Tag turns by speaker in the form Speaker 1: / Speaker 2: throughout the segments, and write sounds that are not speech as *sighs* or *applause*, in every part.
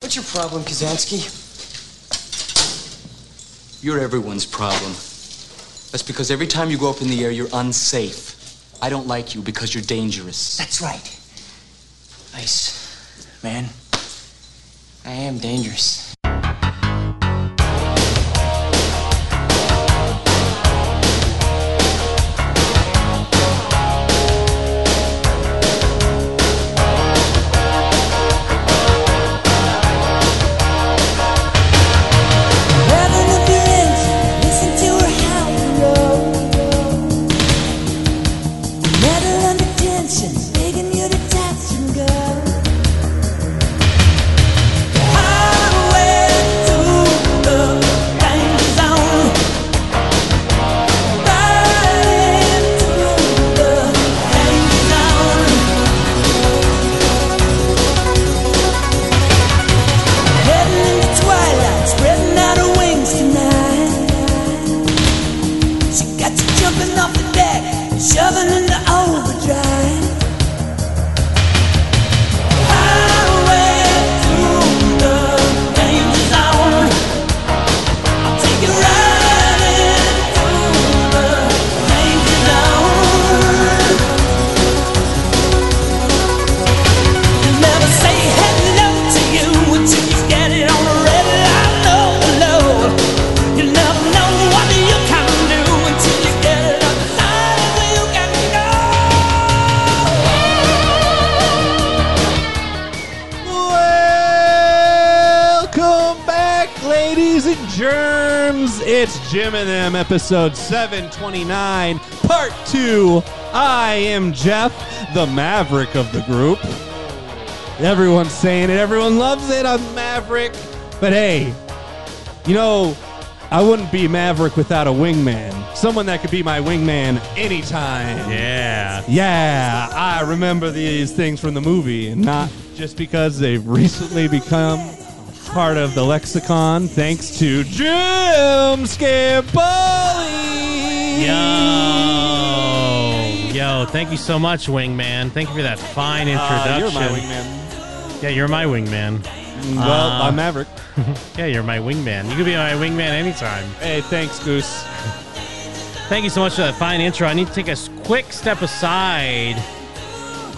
Speaker 1: What's your problem, Kazansky?
Speaker 2: You're everyone's problem. That's because every time you go up in the air, you're unsafe. I don't like you because you're dangerous.
Speaker 1: That's right. Ice, man. I am dangerous.
Speaker 3: Revving up your engine, listen to her howl and roll. Metal under tension, begging you to touch and go. Highway to the danger zone. Right into the danger zone. Heading into twilight, spreading out her wings tonight. She got you jumping off the deck, shoving into overdrive. Highway to the danger zone. I'll take you right into the danger zone. They'll never say hello to you until you get it on the red light. No, no, you never know what you can do until you get it on the side where you can go.
Speaker 4: Welcome back, ladies and germs. It's Jim and them, episode 729, part two. I am Jeff, the maverick of the group. Everyone's saying it, everyone loves it. I'm maverick. But hey, you know, I wouldn't be maverick without a wingman. Someone that could be my wingman anytime.
Speaker 5: Yeah.
Speaker 4: Yeah, I remember these things from the movie, and not just because they've recently become part of the lexicon thanks to Jim Scampoli.
Speaker 5: Yo. Yo, thank you so much, Wingman. Thank you for that fine
Speaker 4: Uh,
Speaker 5: introduction.
Speaker 4: you're my wingman.
Speaker 5: Yeah, you're my wingman.
Speaker 4: Well, I'm Maverick.
Speaker 5: Yeah, you're my wingman. You can be my wingman anytime.
Speaker 4: Hey, thanks, Goose.
Speaker 5: Thank you so much for that fine intro. I need to take a s- quick step aside.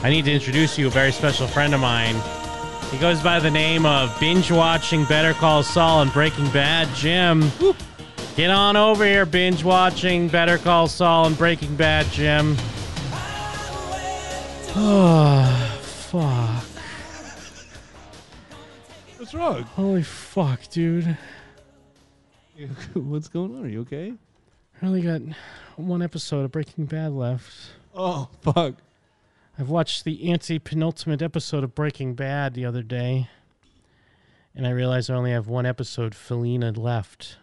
Speaker 5: I need to introduce you a very special friend of mine. He goes by the name of binge watching Better Call Saul and Breaking Bad. Jim, get on over here, binge watching Better Call Saul and Breaking Bad. Jim. *sighs* Oh, fuck.
Speaker 4: What's wrong?
Speaker 5: Holy fuck, dude.
Speaker 4: *laughs* What's going on? Are you okay?
Speaker 5: I only got one episode of Breaking Bad left.
Speaker 4: Oh, *laughs* fuck.
Speaker 5: I've watched the anti-penultimate episode of Breaking Bad the other day, and I realized I only have one episode, Felina, left.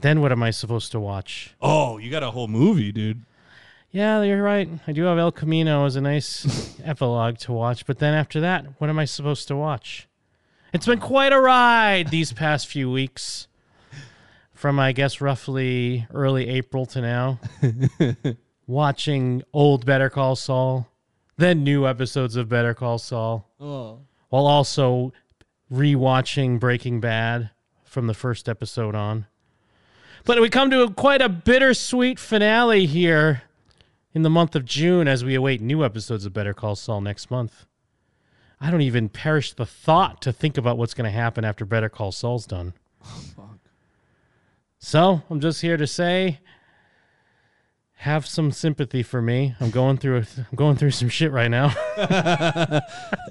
Speaker 5: then what am I supposed to watch?
Speaker 4: Oh, you got a whole movie, *laughs* dude.
Speaker 5: Yeah, you're right. I do have El Camino as a nice epilogue to watch, but then after that, what am I supposed to watch? It's been quite a ride these past few weeks. From I guess roughly early April to now. watching old Better Call Saul, then new episodes of Better Call Saul. While also rewatching Breaking Bad from the first episode on. But we come to a, quite a bittersweet finale here in the month of June as we await new episodes of Better Call Saul next month. I don't even perish the thought to think about what's going to happen after Better Call Saul's done. So I'm just here to say, have some sympathy for me. I'm going through a, I'm going through some shit right now, *laughs*
Speaker 4: That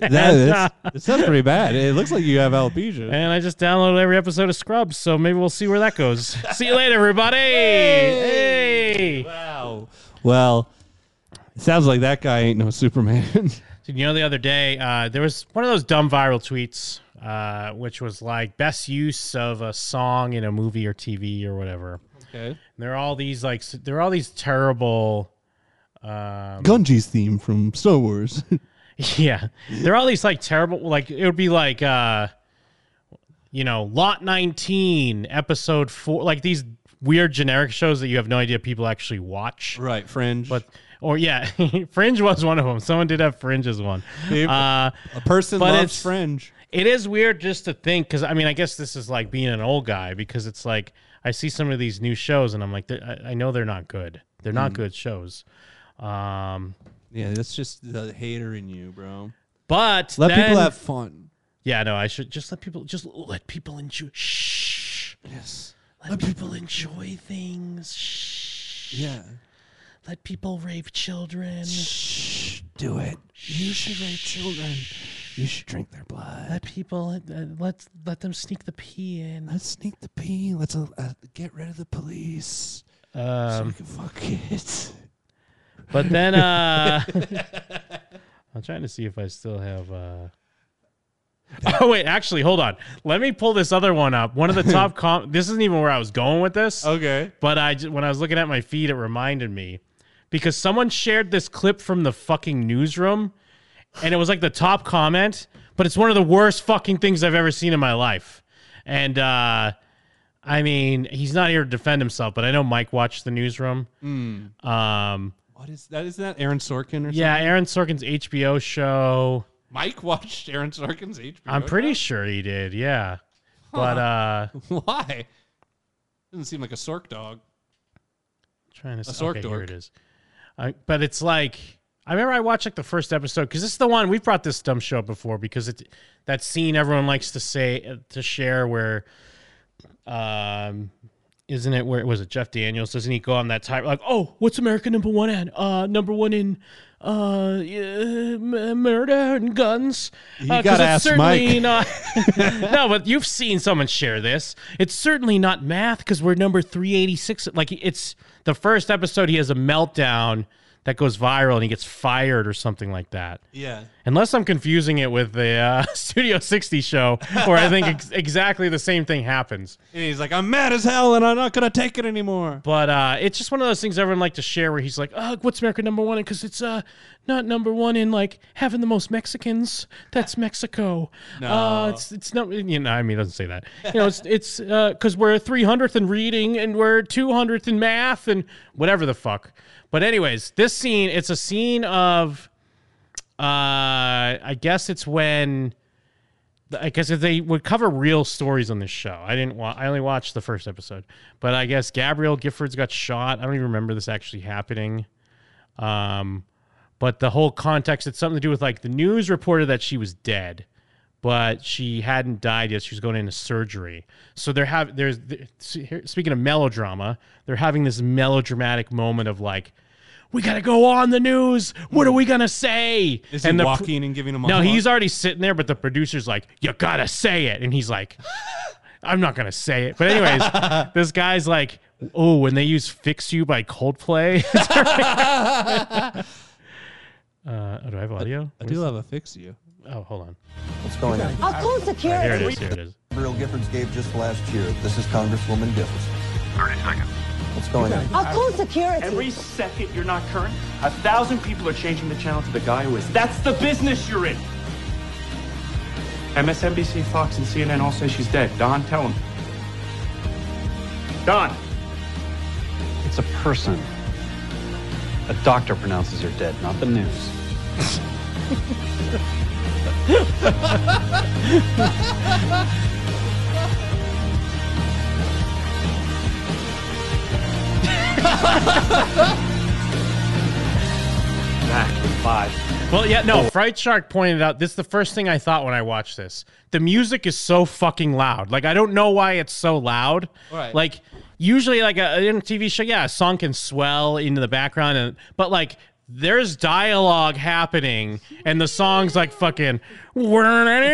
Speaker 4: is. It sounds pretty bad. It looks like you have *laughs* alopecia.
Speaker 5: and I just downloaded every episode of Scrubs. So maybe we'll see where that goes. *laughs* see you later, everybody. hey.
Speaker 4: Wow. Well, it sounds like that guy ain't no Superman. *laughs*
Speaker 5: Dude, you know, the other day uh, there was one of those dumb viral tweets, uh, which was like best use of a song in a movie or TV or whatever.
Speaker 4: okay.
Speaker 5: And there are all these like s- there are all these terrible, *laughs* um,
Speaker 4: Gunji's theme from Star Wars. *laughs*
Speaker 5: yeah, there are all these like terrible like it would be like uh, you know Lot 19 episode four like these weird generic shows that you have no idea people actually watch.
Speaker 4: right, Fringe.
Speaker 5: But or yeah, *laughs* Fringe was one of them. Someone did have Fringe as one.
Speaker 4: Dude,
Speaker 5: Uh,
Speaker 4: a person
Speaker 5: but
Speaker 4: loves
Speaker 5: it's-
Speaker 4: Fringe.
Speaker 5: It is weird just to think because I mean I guess this is like being an old guy because it's like I see some of these new shows and I'm like "They're- I, I know they're not good. They're
Speaker 4: Mm.
Speaker 5: not good shows. Um,
Speaker 4: Yeah, that's just the hater in you, bro.
Speaker 5: but
Speaker 4: Let
Speaker 5: then-
Speaker 4: people have fun.
Speaker 5: Yeah, no, I should just let people just let people enjoy. Shh.
Speaker 4: Yes.
Speaker 5: Let, people, enjoy things. Shh.
Speaker 4: Yeah.
Speaker 5: Let people rape children.
Speaker 4: Shh. Do it. You should rape children. You should drink their blood.
Speaker 5: Let people uh, let let them sneak the pee in.
Speaker 4: Let's sneak the pee. Let's uh, uh, get rid of the police. so we
Speaker 5: Um,
Speaker 4: can fuck kids.
Speaker 5: but then uh, I'm trying to see if I still have. Uh... Oh wait, actually, hold on. Let me pull this other one up. One of the top com. This isn't even where I was going with this.
Speaker 4: Okay.
Speaker 5: But I ju- when I was looking at my feed, it reminded me because someone shared this clip from the fucking newsroom, and it was like the top comment. But it's one of the worst fucking things I've ever seen in my life. And uh, I mean, he's not here to defend himself, but I know Mike watched the newsroom. Um,
Speaker 4: What is that? Isn't that Aaron Sorkin or
Speaker 5: yeah, Aaron Sorkin's HBO show.
Speaker 4: Mike watched Aaron Sorkin's HBO.
Speaker 5: I'm pretty sure he did. Yeah, but uh,
Speaker 4: *laughs* Why? Doesn't seem like a Sork dog.
Speaker 5: trying to
Speaker 4: A
Speaker 5: see.
Speaker 4: sork
Speaker 5: Okay, here
Speaker 4: dork.
Speaker 5: it is. I, but it's like I remember I watched like the first episode because this is the one we've brought this dumb show up before because it that scene everyone likes to say uh, to share where, um, isn't it where was it Jeff Daniels? Doesn't he go on that type like oh what's America number one at uh number one in uh yeah, m- murder and guns? Uh, You
Speaker 4: gotta ask Mike.
Speaker 5: not- *laughs* no, but you've seen someone share this. It's certainly not math because we're number 386. Like, it's the first episode, he has a meltdown that goes viral and he gets fired or something like that.
Speaker 4: Yeah.
Speaker 5: Unless I'm confusing it with the uh, *laughs* Studio 60 show, where I think ex- exactly the same thing happens.
Speaker 4: And he's like, I'm mad as hell and I'm not going to take it anymore.
Speaker 5: But uh, it's just one of those things everyone like to share where he's like, oh, what's America number one in? Because it's uh, not number one in like having the most Mexicans. That's Mexico.
Speaker 4: No.
Speaker 5: Uh, it's, it's not, you know, I mean, it doesn't say that. You know, it's it's because we're 300th in reading and we're 200th in math and whatever the fuck. But, anyways, this scene, it's a scene of, uh, I guess it's when. I guess if they would cover real stories on this show. I didn't wa- I only watched the first episode, but I guess Gabrielle Giffords got shot. I don't even remember this actually happening. Um, but the whole context, it's something to do with like the news reported that she was dead, but she hadn't died yet. She was going into surgery. So they're have there's th- here- speaking of melodrama, they're having this melodramatic moment of like, we gotta go on the news. What are we gonna say?
Speaker 4: Is he
Speaker 5: the pr-
Speaker 4: walking and giving him a
Speaker 5: no,
Speaker 4: hug?
Speaker 5: he's already sitting there, but the producer's like, "You gotta say it," and he's like, *laughs* "I'm not gonna say it." But
Speaker 4: *laughs*
Speaker 5: anyways, this guy's like, "Oh, when they use "Fix You" by Coldplay." *laughs*
Speaker 4: *laughs*
Speaker 5: uh, oh, do I have audio?
Speaker 4: I do love a fix you.
Speaker 5: Oh, hold on.
Speaker 6: What's going on?
Speaker 7: I'll call security.
Speaker 5: Here it is. Here it is.
Speaker 6: Gabriel Giffords gave just last year. This is Congresswoman Giffords. 30 seconds. What's going on?
Speaker 7: I'll call security.
Speaker 8: Every second you're not current, a thousand people are changing the channel to the guy who is. That's the business you're in. MSNBC, Fox, and CNN all say she's dead. Don, tell them. Don.
Speaker 9: It's a person. A doctor pronounces her dead, not the news.
Speaker 8: Back in five.
Speaker 5: Well, yeah, no. Fright Shark pointed out this is the first thing I thought when I watched this. The music is so fucking loud. Like I don't know why it's so loud.
Speaker 4: Right.
Speaker 5: Like usually, like a, in a TV show, yeah, a song can swell into the background, and but like there's dialogue happening, and the song's like fucking. *laughs*
Speaker 4: Let's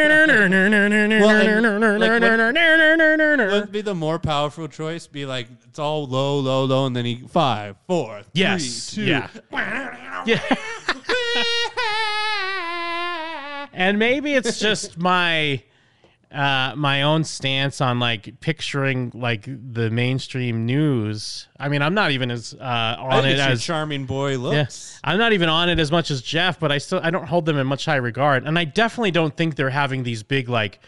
Speaker 4: be the more powerful choice. Be like, it's all low, low, low, and then he five, four, three,
Speaker 5: Yes.
Speaker 4: two.
Speaker 5: Yeah. yeah.
Speaker 4: *laughs*
Speaker 5: and maybe it's just my uh, my own stance on like picturing like the mainstream news. I mean, I'm not even as uh,
Speaker 4: I
Speaker 5: on
Speaker 4: think
Speaker 5: it
Speaker 4: it's your
Speaker 5: as
Speaker 4: charming boy looks.
Speaker 5: Yes. I'm not even on it as much as Jeff, but I still I don't hold them in much high regard. And I definitely don't think they're having these big like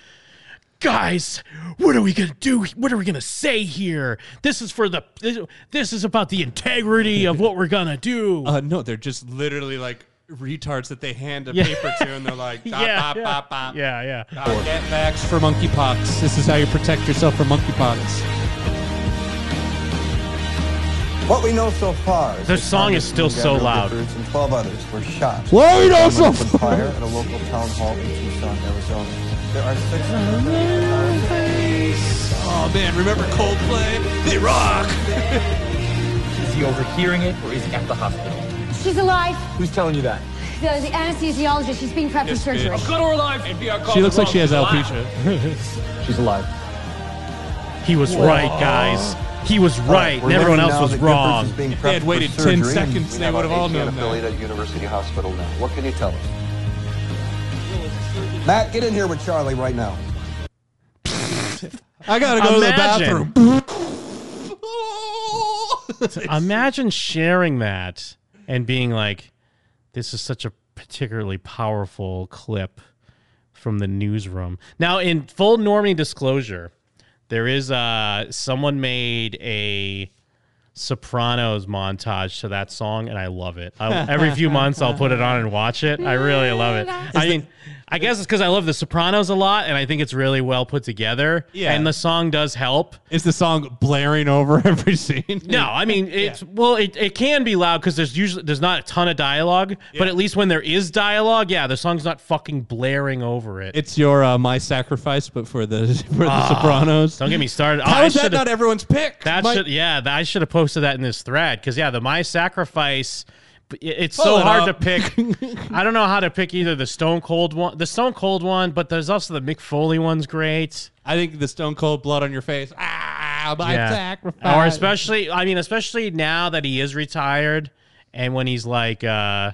Speaker 5: guys, what are we going to do? What are we going to say here? This is for the this, this is about the integrity of what we're going to do.
Speaker 4: Uh, no, they're just literally like, retards that they hand a
Speaker 5: Yeah.
Speaker 4: paper to, and they're
Speaker 5: *laughs*
Speaker 4: like, bop,
Speaker 5: yeah,
Speaker 4: bop,
Speaker 5: yeah.
Speaker 4: bop, bop.
Speaker 5: yeah, yeah.
Speaker 4: Uh, get vax for monkeypox. This is how you protect yourself from monkeypox.
Speaker 6: What we know so far is
Speaker 5: Their
Speaker 6: that
Speaker 5: song is still so
Speaker 6: Congressman
Speaker 5: loud.
Speaker 6: Gabriel Giffords and 12 others were shot.
Speaker 4: What we know
Speaker 6: Someone
Speaker 4: so
Speaker 6: opened
Speaker 4: far.
Speaker 6: fire at a local town hall in Tucson, Arizona. There are six hundred.
Speaker 4: Oh man, remember Coldplay? They rock.
Speaker 7: Is he overhearing it or is he at the hospital?
Speaker 10: She's alive.
Speaker 7: Who's telling you that?
Speaker 10: The, the anesthesiologist. She's being prepped for surgery.
Speaker 7: Good or alive? It'd be our call
Speaker 4: She looks like she has alopecia.
Speaker 5: *laughs*
Speaker 7: She's alive.
Speaker 5: He was right, guys. He was right, and everyone else was wrong.
Speaker 4: they had waited 10 seconds, they would have all known that.
Speaker 6: affiliate at University Hospital now. What can you tell us? Matt, get in here with Charlie right now.
Speaker 4: *laughs* I gotta go
Speaker 5: Imagine.
Speaker 4: to the bathroom.
Speaker 5: Imagine sharing that and being like, this is such a particularly powerful clip from the newsroom. Now, in full normie disclosure, there is uh someone made a Sopranos montage to that song, and I love it. I, every few months, I'll put it on and watch it. I really love it. I mean, I guess it's because I love the Sopranos a lot, and I think it's really well put together.
Speaker 4: Yeah.
Speaker 5: and the song does help.
Speaker 4: *laughs* is the song blaring over *laughs* every scene?
Speaker 5: No, I mean it's well, it, it can be loud because there's usually there's not a ton of dialogue, but at least when there is dialogue, yeah, the song's not fucking blaring over it.
Speaker 4: It's your uh, my sacrifice, but for the *laughs* for the Sopranos.
Speaker 5: Ah, Don't get me started.
Speaker 4: How
Speaker 5: I
Speaker 4: is that
Speaker 5: should've-
Speaker 4: not everyone's pick?
Speaker 5: that
Speaker 4: My-
Speaker 5: should yeah, that, I should have posted that in this thread because yeah, the my sacrifice. it- It's so
Speaker 4: Pull it
Speaker 5: hard to
Speaker 4: up. *laughs*
Speaker 5: pick. I don't know how to pick either the Stone Cold one, the Stone Cold one, but there's also the Mick Foley one's great.
Speaker 4: I think the Stone Cold blood on your face. Ah, my
Speaker 5: Yeah.
Speaker 4: sacrifice.
Speaker 5: Or especially, I mean, especially now that he is retired and when he's like, uh,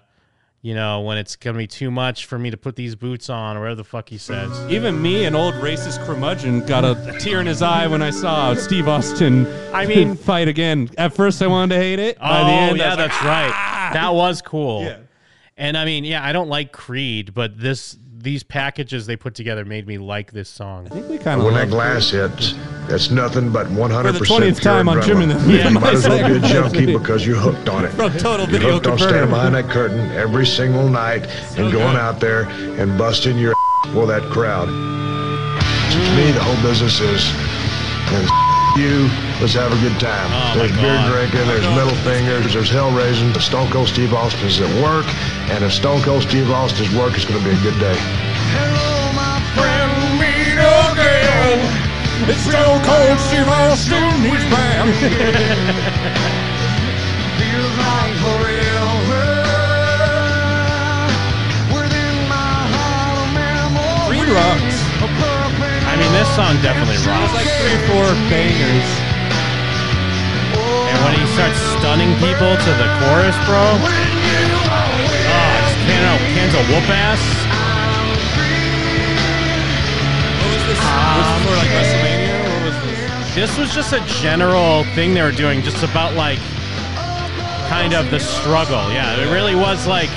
Speaker 5: you know, when it's going to be too much for me to put these boots on or whatever the fuck he says.
Speaker 4: Even me, an old racist curmudgeon, got a tear in his eye when I saw Steve Austin.
Speaker 5: I
Speaker 4: *laughs*
Speaker 5: mean-
Speaker 4: fight again. At first, I wanted to hate it. By
Speaker 5: oh,
Speaker 4: the end, I
Speaker 5: yeah,
Speaker 4: was like, "Ah!"
Speaker 5: that's right. That was cool.
Speaker 4: Yeah.
Speaker 5: And I mean, yeah, I don't like Creed, but this these packages they put together made me like this song.
Speaker 4: I think we kind of like
Speaker 10: glass hits, that's nothing but 100%
Speaker 4: for the twentieth time on Jim and the
Speaker 5: Yeah. Might as well
Speaker 4: be a junkie
Speaker 10: because you're hooked on it.
Speaker 4: from Total Video Converter.
Speaker 10: that curtain every single night and going out there and busting your *laughs* for that crowd. To me, the whole business is and *laughs* you. Let's have a good time.
Speaker 5: Oh,
Speaker 10: there's
Speaker 5: my
Speaker 10: beer
Speaker 5: God.
Speaker 10: drinking, there's middle fingers, there's hell raising. The Stone Cold Steve Austin's at work, and if Stone Cold Steve Austin's work, it's going to be a good day.
Speaker 4: It's Stone Cold Steve Austin. He's *laughs* back. Three rocks.
Speaker 5: I mean, this song definitely rocks.
Speaker 4: Like three or four bangers.
Speaker 5: And when he starts stunning people to the chorus, bro. Oh, it's Kenzo, Kenzo whoop ass.
Speaker 4: What was this? was this for like WrestleMania? What was this?
Speaker 5: This was just a general thing they were doing, just about like kind of the struggle. Yeah, it really was like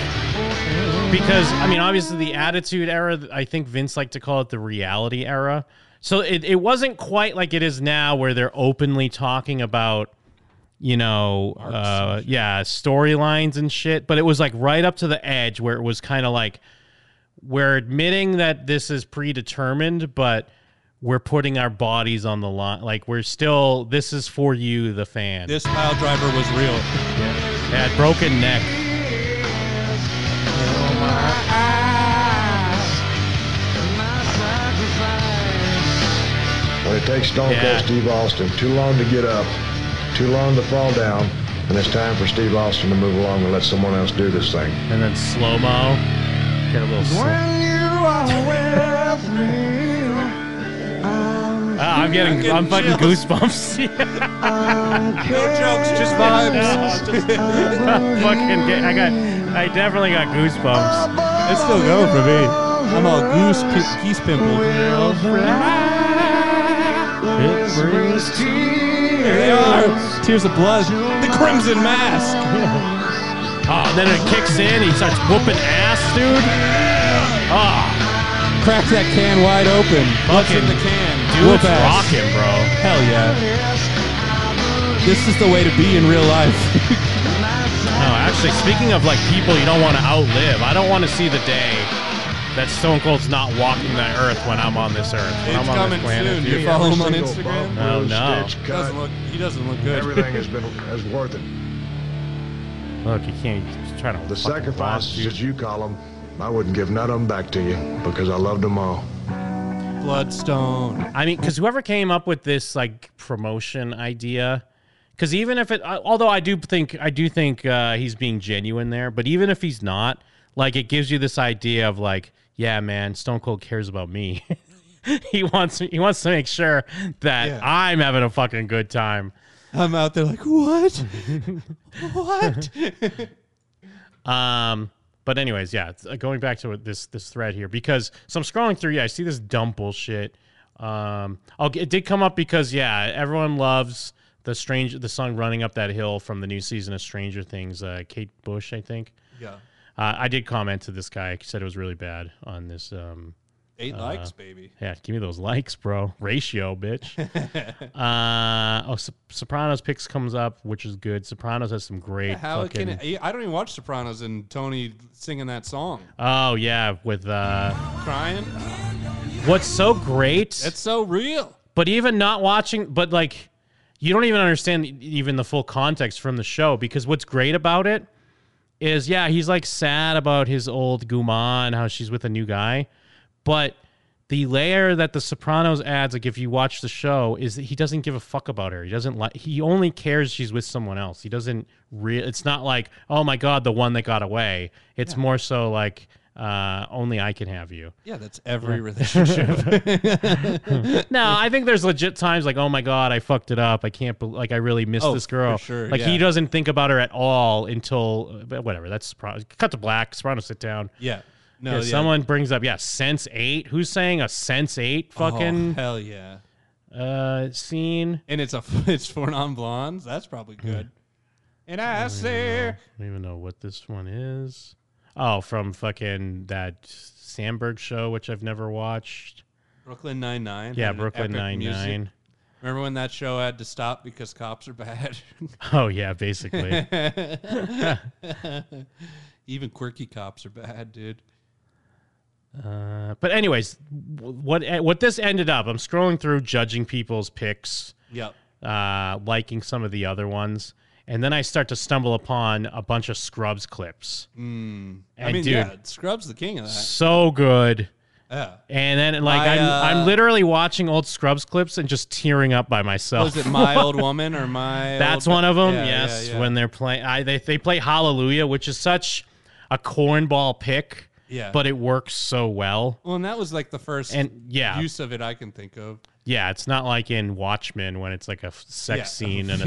Speaker 5: because I mean, obviously the attitude era. I think Vince liked to call it the reality era. So it, it wasn't quite like it is now, where they're openly talking about you know, uh, yeah, storylines and shit. But it was like right up to the edge where it was kind of like we're admitting that this is predetermined, but we're putting our bodies on the line. Like we're still, this is for you, the fan.
Speaker 4: This pile driver was real.
Speaker 5: That broken neck.
Speaker 10: When it takes Stone
Speaker 5: Yeah.
Speaker 10: Cold Steve Austin too long to get up, too long to fall down, and it's time for Steve Austin to move along and let someone else do this thing.
Speaker 5: and then slow mo. Get a little slow. Ah, I'm getting, I'm fucking goosebumps.
Speaker 4: *laughs*
Speaker 5: *laughs* Yeah,
Speaker 4: No jokes, just vibes.
Speaker 5: I'm fucking, get, I got, I definitely got goosebumps.
Speaker 4: It's still going for me. I'm all goose, pi- geese pimple. There they are. Tears of blood. The crimson mask.
Speaker 5: Oh, and then it kicks in. He starts whooping ass, dude. Ah,
Speaker 4: Crack that can wide open. What's in
Speaker 5: Fucking
Speaker 4: the can?
Speaker 5: dude's
Speaker 4: Whoop ass.
Speaker 5: rocking, bro.
Speaker 4: Hell yeah. This is the way to be in real life.
Speaker 5: No, Oh, Actually, speaking of like people you don't want to outlive, I don't want to see the day that Stone Cold's not walking the earth when I'm on this earth. When
Speaker 4: It's
Speaker 5: *laughs* I'm on
Speaker 4: coming
Speaker 5: this planet,
Speaker 4: soon. Do
Speaker 5: dude.
Speaker 4: you follow him on Instagram?
Speaker 5: No, Oh, no.
Speaker 10: Stitch, cut.
Speaker 4: Doesn't look, he doesn't look good.
Speaker 10: Everything has been has worth it.
Speaker 5: Look, you can't. He's trying to.
Speaker 10: The
Speaker 5: fucking
Speaker 10: sacrifices,
Speaker 5: watch,
Speaker 10: as you call them, I wouldn't give none of them back to you because I loved them all.
Speaker 4: *laughs* Bloodstone.
Speaker 5: dude. I mean, because whoever came up with this like promotion idea, because even if it, uh, although I do think I do think uh, he's being genuine there, but even if he's not, like it gives you this idea of like, yeah, man, Stone Cold cares about me. *laughs* he wants he wants to make sure that
Speaker 4: Yeah.
Speaker 5: I'm having a fucking good time.
Speaker 4: I'm out there like,
Speaker 5: *laughs*
Speaker 4: what? what?
Speaker 5: Um, but anyways, yeah, it's- uh, going back to this this thread here because so I'm scrolling through. Yeah, I see this dumb bullshit. Um, oh, it did come up because yeah, everyone loves the strange the song "Running Up That Hill" from the new season of Stranger Things. Uh, Kate Bush, I think.
Speaker 4: yeah.
Speaker 5: Uh, I did comment to this guy. He said it was really bad on this. Um,
Speaker 4: Eight likes, baby.
Speaker 5: yeah, give me those likes, bro. Ratio,
Speaker 4: *laughs*
Speaker 5: bitch. uh, oh, Sop- Sopranos picks comes up, which is good. Sopranos has some great.
Speaker 4: How
Speaker 5: fucking,
Speaker 4: can it, I don't even watch Sopranos and Tony singing that song,
Speaker 5: Oh yeah, with uh,
Speaker 4: crying.
Speaker 5: what's so great?
Speaker 4: That's so real.
Speaker 5: but even not watching but like you don't even understand even the full context from the show because what's great about it is yeah he's like sad about his old guma and how she's with a new guy but the layer that the sopranos adds like if you watch the show is that he doesn't give a fuck about her he doesn't like he only cares she's with someone else he doesn't real it's not like oh my god the one that got away it's more so like uh, only i can have you
Speaker 4: Yeah, that's every
Speaker 5: *laughs*
Speaker 4: relationship.
Speaker 5: no, I think there's legit times like, oh my god, I fucked it up. I can't, bel like, I really miss
Speaker 4: Oh,
Speaker 5: this girl.
Speaker 4: for sure,
Speaker 5: like he
Speaker 4: yeah.
Speaker 5: doesn't think about her at all until, but whatever. That's pro- cut to black. Soprano sit down.
Speaker 4: yeah. No,
Speaker 5: Yeah,
Speaker 4: yeah.
Speaker 5: Someone brings up, yeah, Sense Eight. Who's saying a Sense Eight
Speaker 4: Oh,
Speaker 5: fucking
Speaker 4: hell yeah.
Speaker 5: uh, scene?
Speaker 4: And it's a *laughs* it's for non blondes. That's probably good. And I say,
Speaker 5: I don't even know what this one is. Oh, from fucking that Sandberg show, which I've never watched.
Speaker 4: Brooklyn Nine Nine.
Speaker 5: Yeah, Brooklyn Nine Nine.
Speaker 4: Remember when that show had to stop because cops are bad? *laughs*
Speaker 5: Oh yeah, basically.
Speaker 4: Even quirky cops are bad, dude.
Speaker 5: Uh, but anyways, w- what what this ended up, I'm scrolling through judging people's picks,
Speaker 4: Yep.
Speaker 5: uh, liking some of the other ones, and then I start to stumble upon a bunch of Scrubs clips. And
Speaker 4: Hmm. I mean,
Speaker 5: dude,
Speaker 4: yeah, Scrubs the king of that.
Speaker 5: so good.
Speaker 4: Yeah.
Speaker 5: And then like
Speaker 4: I,
Speaker 5: I, am
Speaker 4: uh,
Speaker 5: I'm literally watching old Scrubs clips and just tearing up by myself.
Speaker 4: Was it my old woman or my?
Speaker 5: *laughs* That's
Speaker 4: Old-
Speaker 5: one of them.
Speaker 4: Yeah, yeah,
Speaker 5: yes,
Speaker 4: yeah.
Speaker 5: when they're playing, I they they play Hallelujah, which is such a cornball pick.
Speaker 4: Yeah.
Speaker 5: but it works so well.
Speaker 4: Well, and that was like the first
Speaker 5: And, yeah.
Speaker 4: use of it I can think of.
Speaker 5: Yeah, it's not like in Watchmen when it's like a f-
Speaker 4: *laughs*
Speaker 5: sex
Speaker 4: Yeah.
Speaker 5: scene and a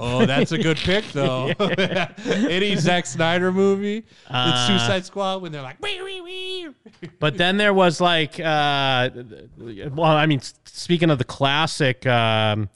Speaker 4: *laughs* Oh, that's a good pick
Speaker 5: *laughs*
Speaker 4: though. *laughs* Any Zack Snyder movie, it's Suicide Squad when they're like, wee wee wee.
Speaker 5: But then there was like, uh, well, I mean, s- speaking of the classic, um,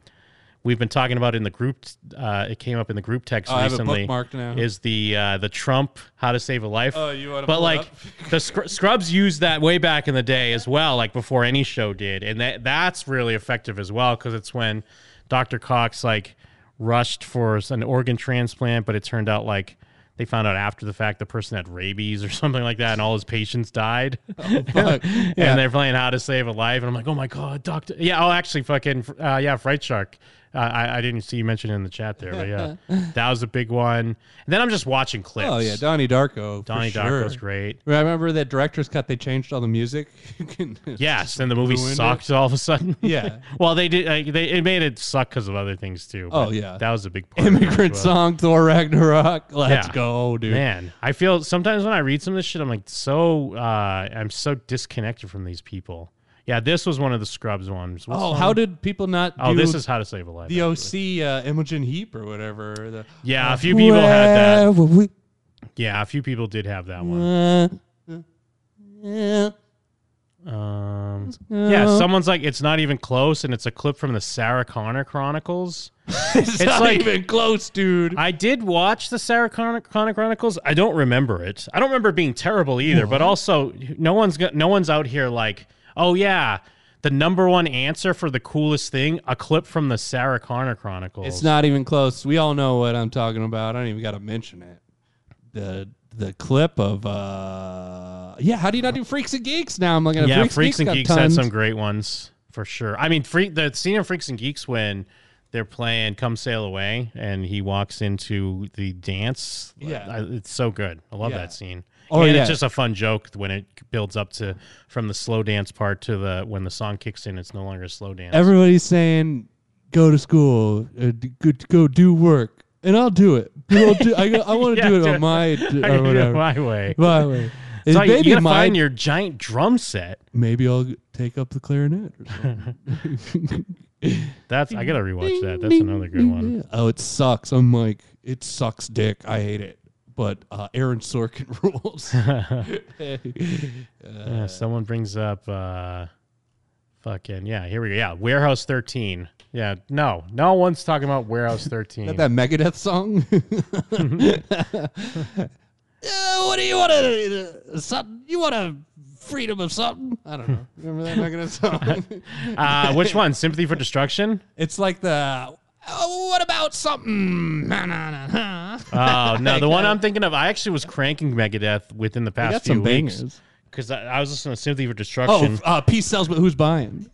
Speaker 5: we've been talking about in the group. Uh, it came up in the group text
Speaker 4: Oh, I have it
Speaker 5: recently.
Speaker 4: bookmarked now.
Speaker 5: Is the uh, the Trump How to Save a Life?
Speaker 4: Mm-hmm. Oh, you wanna
Speaker 5: But
Speaker 4: pull it *laughs*
Speaker 5: like the Scr- Scrubs used that way back in the day as well, like before any show did, and that that's really effective as well because it's when Dr. Cox like rushed for an organ transplant, but it turned out like. They found out after the fact the person had rabies or *laughs* something like that, and all his
Speaker 4: *laughs*
Speaker 5: patients died.
Speaker 4: Oh, Fuck. Yeah.
Speaker 5: and they're playing How to Save a Life, and I'm like, oh my god, Doctor. Yeah, oh actually, fucking uh, yeah, Fright Shark. Uh, I I didn't see you mention it in the chat there,
Speaker 4: *laughs*
Speaker 5: but yeah, that was a big one. And then I'm just watching clips.
Speaker 4: oh yeah, Donnie Darko. for
Speaker 5: Donnie
Speaker 4: sure.
Speaker 5: Darko's great.
Speaker 4: Remember that director's cut? They changed all the music. *laughs*
Speaker 5: Yes, and the movie
Speaker 4: ruined it.
Speaker 5: sucked all of a sudden.
Speaker 4: *laughs* Yeah.
Speaker 5: *laughs* well, they did. Like, they it made it suck because of other things too.
Speaker 4: Oh,
Speaker 5: but
Speaker 4: yeah.
Speaker 5: that was a big part. of it
Speaker 4: *laughs*
Speaker 5: as
Speaker 4: Immigrant
Speaker 5: well.
Speaker 4: song, Thor Ragnarok. Let's
Speaker 5: Yeah.
Speaker 4: go, dude.
Speaker 5: Man, I feel sometimes when I read some of this shit, I'm like so uh, I'm so disconnected from these people. Yeah, this was one of the Scrubs ones. What
Speaker 4: Oh,
Speaker 5: song?
Speaker 4: how did people not?
Speaker 5: Oh,
Speaker 4: do
Speaker 5: this is how to save a life.
Speaker 4: the OC uh, Imogen Heap or whatever. The,
Speaker 5: Yeah, a few people had
Speaker 4: Where
Speaker 5: that.
Speaker 4: were we?
Speaker 5: Yeah, a few people did have that one.
Speaker 4: Uh, uh,
Speaker 5: Um, yeah, someone's like, it's not even close, and it's a clip from the Sarah
Speaker 4: *laughs*
Speaker 5: Connor Chronicles.
Speaker 4: it's not
Speaker 5: like-
Speaker 4: even close, dude.
Speaker 5: I did watch the Sarah Connor, Connor Chronicles. I don't remember it. I don't remember it being terrible either. But also, no one's got, no one's out here like, oh yeah, the number one answer for the coolest thing, a clip from the Sarah Connor Chronicles.
Speaker 4: It's not even close. We all know what I'm talking about. I don't even got to mention it. the the clip of uh yeah. How do you not do Freaks and Geeks now? I'm looking at
Speaker 5: yeah,
Speaker 4: Freaks,
Speaker 5: Freaks and
Speaker 4: got
Speaker 5: Geeks had
Speaker 4: tons.
Speaker 5: some great ones for sure. I mean, Freak the scene in Freaks and Geeks when they're playing "Come Sail Away" and he walks into the dance.
Speaker 4: Yeah.
Speaker 5: I- it's so good. I love
Speaker 4: Yeah.
Speaker 5: that scene.
Speaker 4: Oh,
Speaker 5: and
Speaker 4: yeah.
Speaker 5: it's just a fun joke when it builds up to from the slow dance part to the when the song kicks in. It's no longer a slow dance.
Speaker 4: Everybody's saying go to school, uh, d- go, go do work, and I'll do it. But I'll do, I, go- I want to
Speaker 5: *laughs* Yeah,
Speaker 4: do it
Speaker 5: do
Speaker 4: on
Speaker 5: it.
Speaker 4: my
Speaker 5: I
Speaker 4: d-
Speaker 5: can do
Speaker 4: or
Speaker 5: it
Speaker 4: whatever. *laughs*
Speaker 5: my way.
Speaker 4: My way. It
Speaker 5: It's like,
Speaker 4: may
Speaker 5: you
Speaker 4: be
Speaker 5: gotta
Speaker 4: my-
Speaker 5: find your giant drum set.
Speaker 4: Maybe I'll take up the clarinet. Or something.
Speaker 5: *laughs* That's I gotta rewatch that. That's another good one.
Speaker 4: oh, it sucks. I'm like, it sucks, dick. I hate it. But uh, Aaron Sorkin *laughs*
Speaker 5: *laughs*
Speaker 4: rules.
Speaker 5: Yeah, Uh, someone brings up uh fucking yeah, here we go. Yeah, Warehouse 13. Yeah, no. No one's talking about Warehouse
Speaker 4: *laughs*
Speaker 5: 13.
Speaker 4: Not that Megadeth song. *laughs* Uh, what do you want to? Something you want to? Freedom of something? I don't know. Remember that Megadeth
Speaker 5: *laughs*
Speaker 4: song?
Speaker 5: uh which one? Sympathy
Speaker 4: *laughs*
Speaker 5: for Destruction?
Speaker 4: it's like the. Oh, what about something? Na, na, na, na.
Speaker 5: Oh, no, the one I'm thinking of, I actually was cranking Megadeth within the past
Speaker 4: got
Speaker 5: few
Speaker 4: some
Speaker 5: weeks.
Speaker 4: bangers.
Speaker 5: Because I, I was listening to Sympathy for
Speaker 4: Oh,
Speaker 5: Destruction.
Speaker 4: f- uh, peace sells, but who's buying?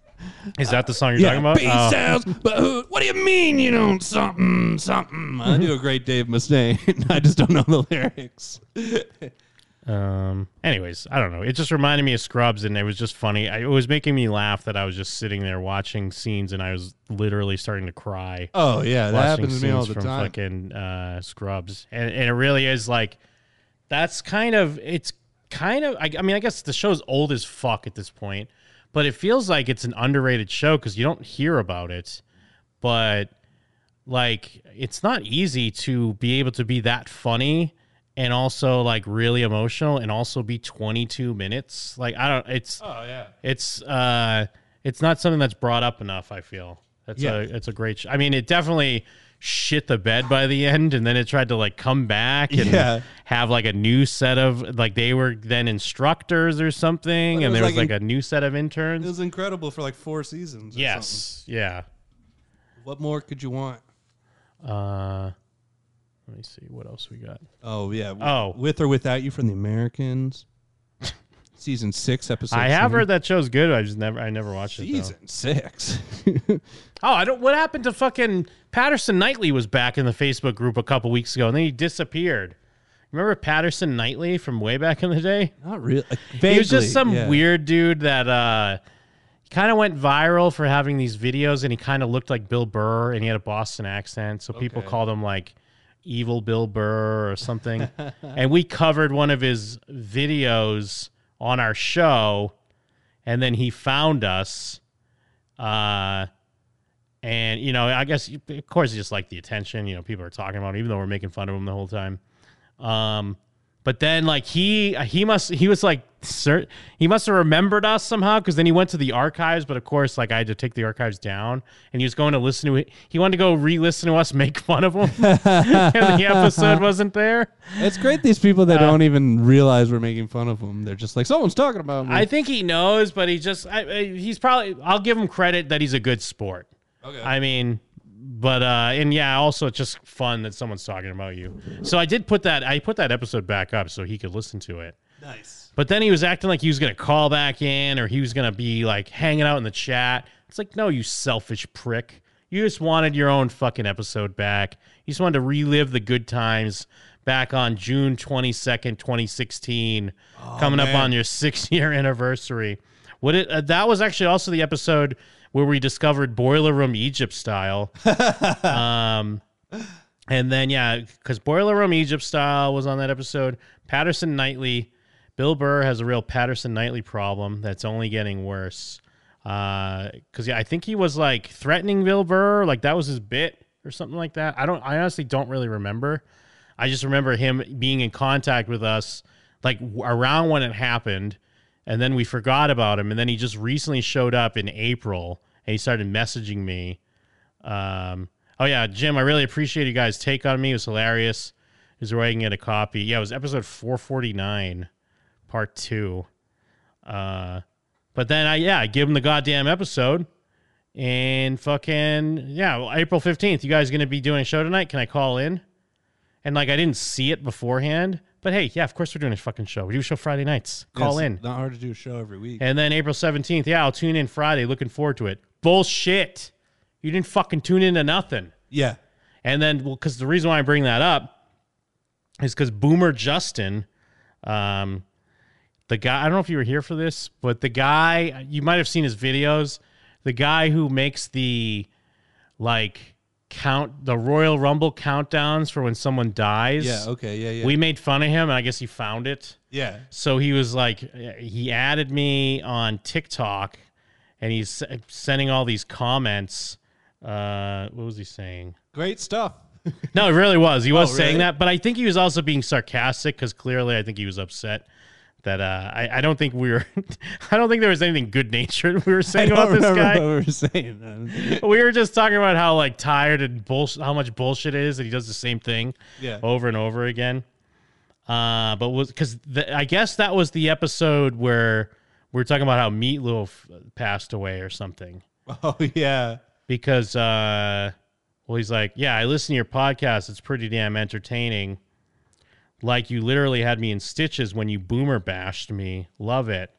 Speaker 5: Is that the song you're talking about?
Speaker 4: peace
Speaker 5: Oh.
Speaker 4: sells, but who? What do you mean you don't something something? I do a great Dave Mustaine. *laughs* I just don't know the lyrics.
Speaker 5: Um. Anyways, I don't know. It just reminded me of Scrubs, and it was just funny. I, it was making me laugh that I was just sitting there watching scenes, and I was literally starting to cry.
Speaker 4: Oh, yeah, that
Speaker 5: watching
Speaker 4: happens to me all
Speaker 5: scenes
Speaker 4: the
Speaker 5: from
Speaker 4: time.
Speaker 5: Fucking uh, Scrubs, and and it really is like that's kind of it's kind of. I, I mean, I guess the show's old as fuck at this point, but it feels like it's an underrated show because you don't hear about it, but like it's not easy to be able to be that funny and also like really emotional and also be 22 minutes like i don't it's oh yeah it's uh it's not something that's brought up enough i feel that's
Speaker 4: Yeah.
Speaker 5: a it's a great sh- i mean it definitely shit the bed by the end and then it tried to like come back and
Speaker 4: Yeah.
Speaker 5: have like a new set of like they were then instructors or something
Speaker 4: Well, it
Speaker 5: and
Speaker 4: was
Speaker 5: there was
Speaker 4: like
Speaker 5: like, a new set of interns
Speaker 4: It was incredible for like four seasons. or
Speaker 5: yes yeah
Speaker 4: something. What more could you want?
Speaker 5: uh let me see what else we got
Speaker 4: Oh yeah. W-
Speaker 5: Oh.
Speaker 4: With or without you from the Americans. *laughs* Season six, episode.
Speaker 5: I have
Speaker 4: seven.
Speaker 5: heard that show's good. I just never, I never watched it.
Speaker 4: Season six. *laughs*
Speaker 5: Though. Oh, I don't. What happened to fucking Patterson Knightley? Was back in the Facebook group a couple weeks ago, and then he disappeared. Remember Patterson Knightley from way back in the day?
Speaker 4: Not really. Like,
Speaker 5: he was
Speaker 4: vaguely,
Speaker 5: just some
Speaker 4: yeah.
Speaker 5: weird dude that uh, kind of went viral for having these videos, and he kind of looked like Bill Burr, and he had a Boston accent, so people
Speaker 4: Okay.
Speaker 5: called him like Evil Bill Burr or something. *laughs* and we covered one of his videos on our show, and then he found us. Uh, and you know, I guess of course, he just like the attention. You know, people are talking about him, even though we're making fun of him the whole time. Um, but then like he he must he was like cer he must have remembered us somehow because then he went to the archives. But of course, like I had to take the archives down, and he was going to listen to it. He wanted to go re-listen to us make *laughs* fun of him, and the episode wasn't there.
Speaker 4: It's great these people
Speaker 5: Uh,
Speaker 4: that don't even realize we're making fun of them. They're just like someone's talking about me.
Speaker 5: I think he knows, but he just I, I, he's probably I'll give him credit that he's a good sport. Okay. I mean, but uh and yeah, also it's just fun that someone's talking about you. So I did put that I put that episode back up so he could listen to it. Nice. But then he was acting like he was going to call back in or he was going to be like hanging out in the chat. It's like, "No, you selfish prick. You just wanted your own fucking episode back. You just wanted to relive the good times." Back on June 22nd, 2016, coming up on your *laughs* six year anniversary. What it, uh, that was actually also the episode where we discovered Boiler Room Egypt style. um, and then, yeah, because Boiler Room Egypt style was on that episode. Patterson Knightley, Bill Burr has a real Patterson Knightley problem that's only getting worse. Because yeah, I think he was like threatening Bill Burr, like that was his bit or something like that. I don't, I honestly don't really remember. I just remember him being in contact with us like w- around when it happened, and then we forgot about him, and then he just recently showed up in April and he started messaging me. Um, oh yeah, Jim, I really appreciate you guys' take on me. It was hilarious. Is there a way I can get a copy? Yeah, it was episode four forty nine, part two. Uh, but then I yeah, I give him the goddamn episode. And fucking yeah, well, April fifteenth. You guys gonna be doing a show tonight? Can I call in? and like I didn't see it beforehand, But hey, yeah, of course we're doing a fucking show. We do a show Friday nights. Call
Speaker 4: It's
Speaker 5: in.
Speaker 4: Not hard to do a show every week.
Speaker 5: And then April 17th, yeah, I'll tune in Friday. Looking forward to it. Bullshit. You didn't fucking tune in to nothing.
Speaker 4: Yeah.
Speaker 5: And then, well, because the reason why I bring that up is because Boomer Justin, um, the guy, I don't know if you were here for this, but the guy, you might have seen his videos, the guy who makes the like count, the Royal Rumble countdowns for when someone dies.
Speaker 4: Yeah, okay, yeah, yeah.
Speaker 5: We made fun of him, and I guess he found it.
Speaker 4: Yeah.
Speaker 5: So he was like, he added me on TikTok, and he's s- sending all these comments. Uh, what was he saying?
Speaker 4: Great
Speaker 5: *laughs*
Speaker 4: stuff.
Speaker 5: No, it really was. He
Speaker 4: *laughs*
Speaker 5: was
Speaker 4: Oh,
Speaker 5: saying
Speaker 4: really?
Speaker 5: that, but I think he was also being sarcastic because clearly I think he was upset that uh, I, I don't think we were, *laughs* I don't think there was anything good natured we were
Speaker 4: *laughs* I
Speaker 5: saying about
Speaker 4: don't
Speaker 5: this
Speaker 4: remember
Speaker 5: guy.
Speaker 4: what we were saying.
Speaker 5: *laughs* we were just talking about how like tired and bullshit, how much bullshit it is that he does the same thing
Speaker 4: Yeah.
Speaker 5: over and over again. Uh, but was because I guess that was the episode where we were talking about how Meatloaf passed away or something
Speaker 4: Oh yeah.
Speaker 5: because uh well he's like yeah i listen to your podcast it's pretty damn entertaining like you literally had me in stitches when you boomer bashed me love it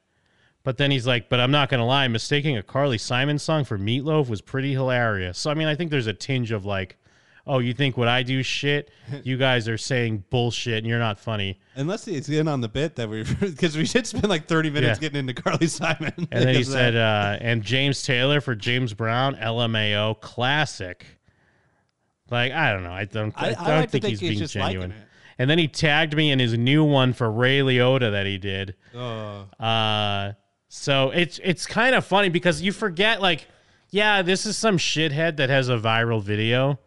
Speaker 5: but then he's like but i'm not gonna lie mistaking a carly simon song for meatloaf was pretty hilarious so i mean i think there's a tinge of like oh you think what i do is shit you guys are saying bullshit and you're not funny
Speaker 4: Unless it's in on the bit that we *laughs* because we did spend like thirty minutes
Speaker 5: Yeah.
Speaker 4: getting into Carly Simon.
Speaker 5: *laughs* And then
Speaker 4: *laughs*
Speaker 5: he
Speaker 4: Because of
Speaker 5: said,
Speaker 4: that.
Speaker 5: uh, and James Taylor for James Brown, LMAO, classic. Like, I don't know. I don't, I,
Speaker 4: I- I
Speaker 5: don't
Speaker 4: like to
Speaker 5: think,
Speaker 4: think
Speaker 5: he's
Speaker 4: he's
Speaker 5: being
Speaker 4: just liking
Speaker 5: genuine.
Speaker 4: it.
Speaker 5: And then he tagged me in his new one for Ray Liotta that he did.
Speaker 4: Oh.
Speaker 5: Uh, so it's it's kind of funny because you forget, like, yeah, this is some shithead that has a viral video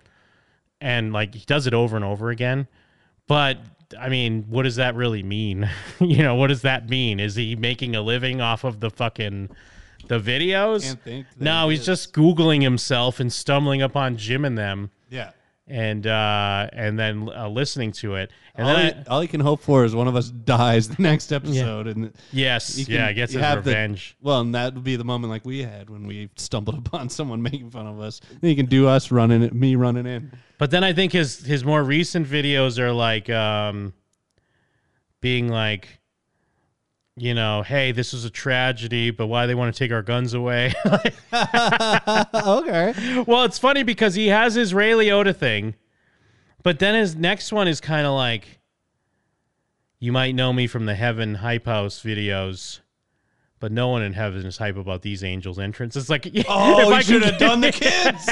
Speaker 5: and, like, he does it over and over again. But I mean, what does that really mean? *laughs* you know, what does that mean? Is he making a living off of the fucking the videos?
Speaker 4: Can't think that
Speaker 5: no,
Speaker 4: he
Speaker 5: he's
Speaker 4: is.
Speaker 5: just googling himself and stumbling upon Jim and them,
Speaker 4: yeah.
Speaker 5: and uh, and then uh, listening to it, and
Speaker 4: all,
Speaker 5: then
Speaker 4: he,
Speaker 5: I-
Speaker 4: all he can hope for is one of us dies the next episode, and
Speaker 5: Yes,
Speaker 4: he
Speaker 5: yeah, gets
Speaker 4: you
Speaker 5: his
Speaker 4: have the-
Speaker 5: revenge.
Speaker 4: well, and that would be the moment like we had when we stumbled *laughs* upon someone making fun of us. Then you can do us running it, me running in.
Speaker 5: But then I think his his more recent videos are like um being like you know, hey, this was a tragedy, but why they want to take our guns away? *laughs*
Speaker 4: okay.
Speaker 5: well, it's funny because he has his Ray Liotta thing, but then his next one is kind of like you might know me from the Heaven Hype House videos. But no one in heaven is hype about these angels' entrance. It's like, *laughs*
Speaker 4: Oh,
Speaker 5: if
Speaker 4: you
Speaker 5: I can
Speaker 4: should have
Speaker 5: get- *laughs*
Speaker 4: done the kids.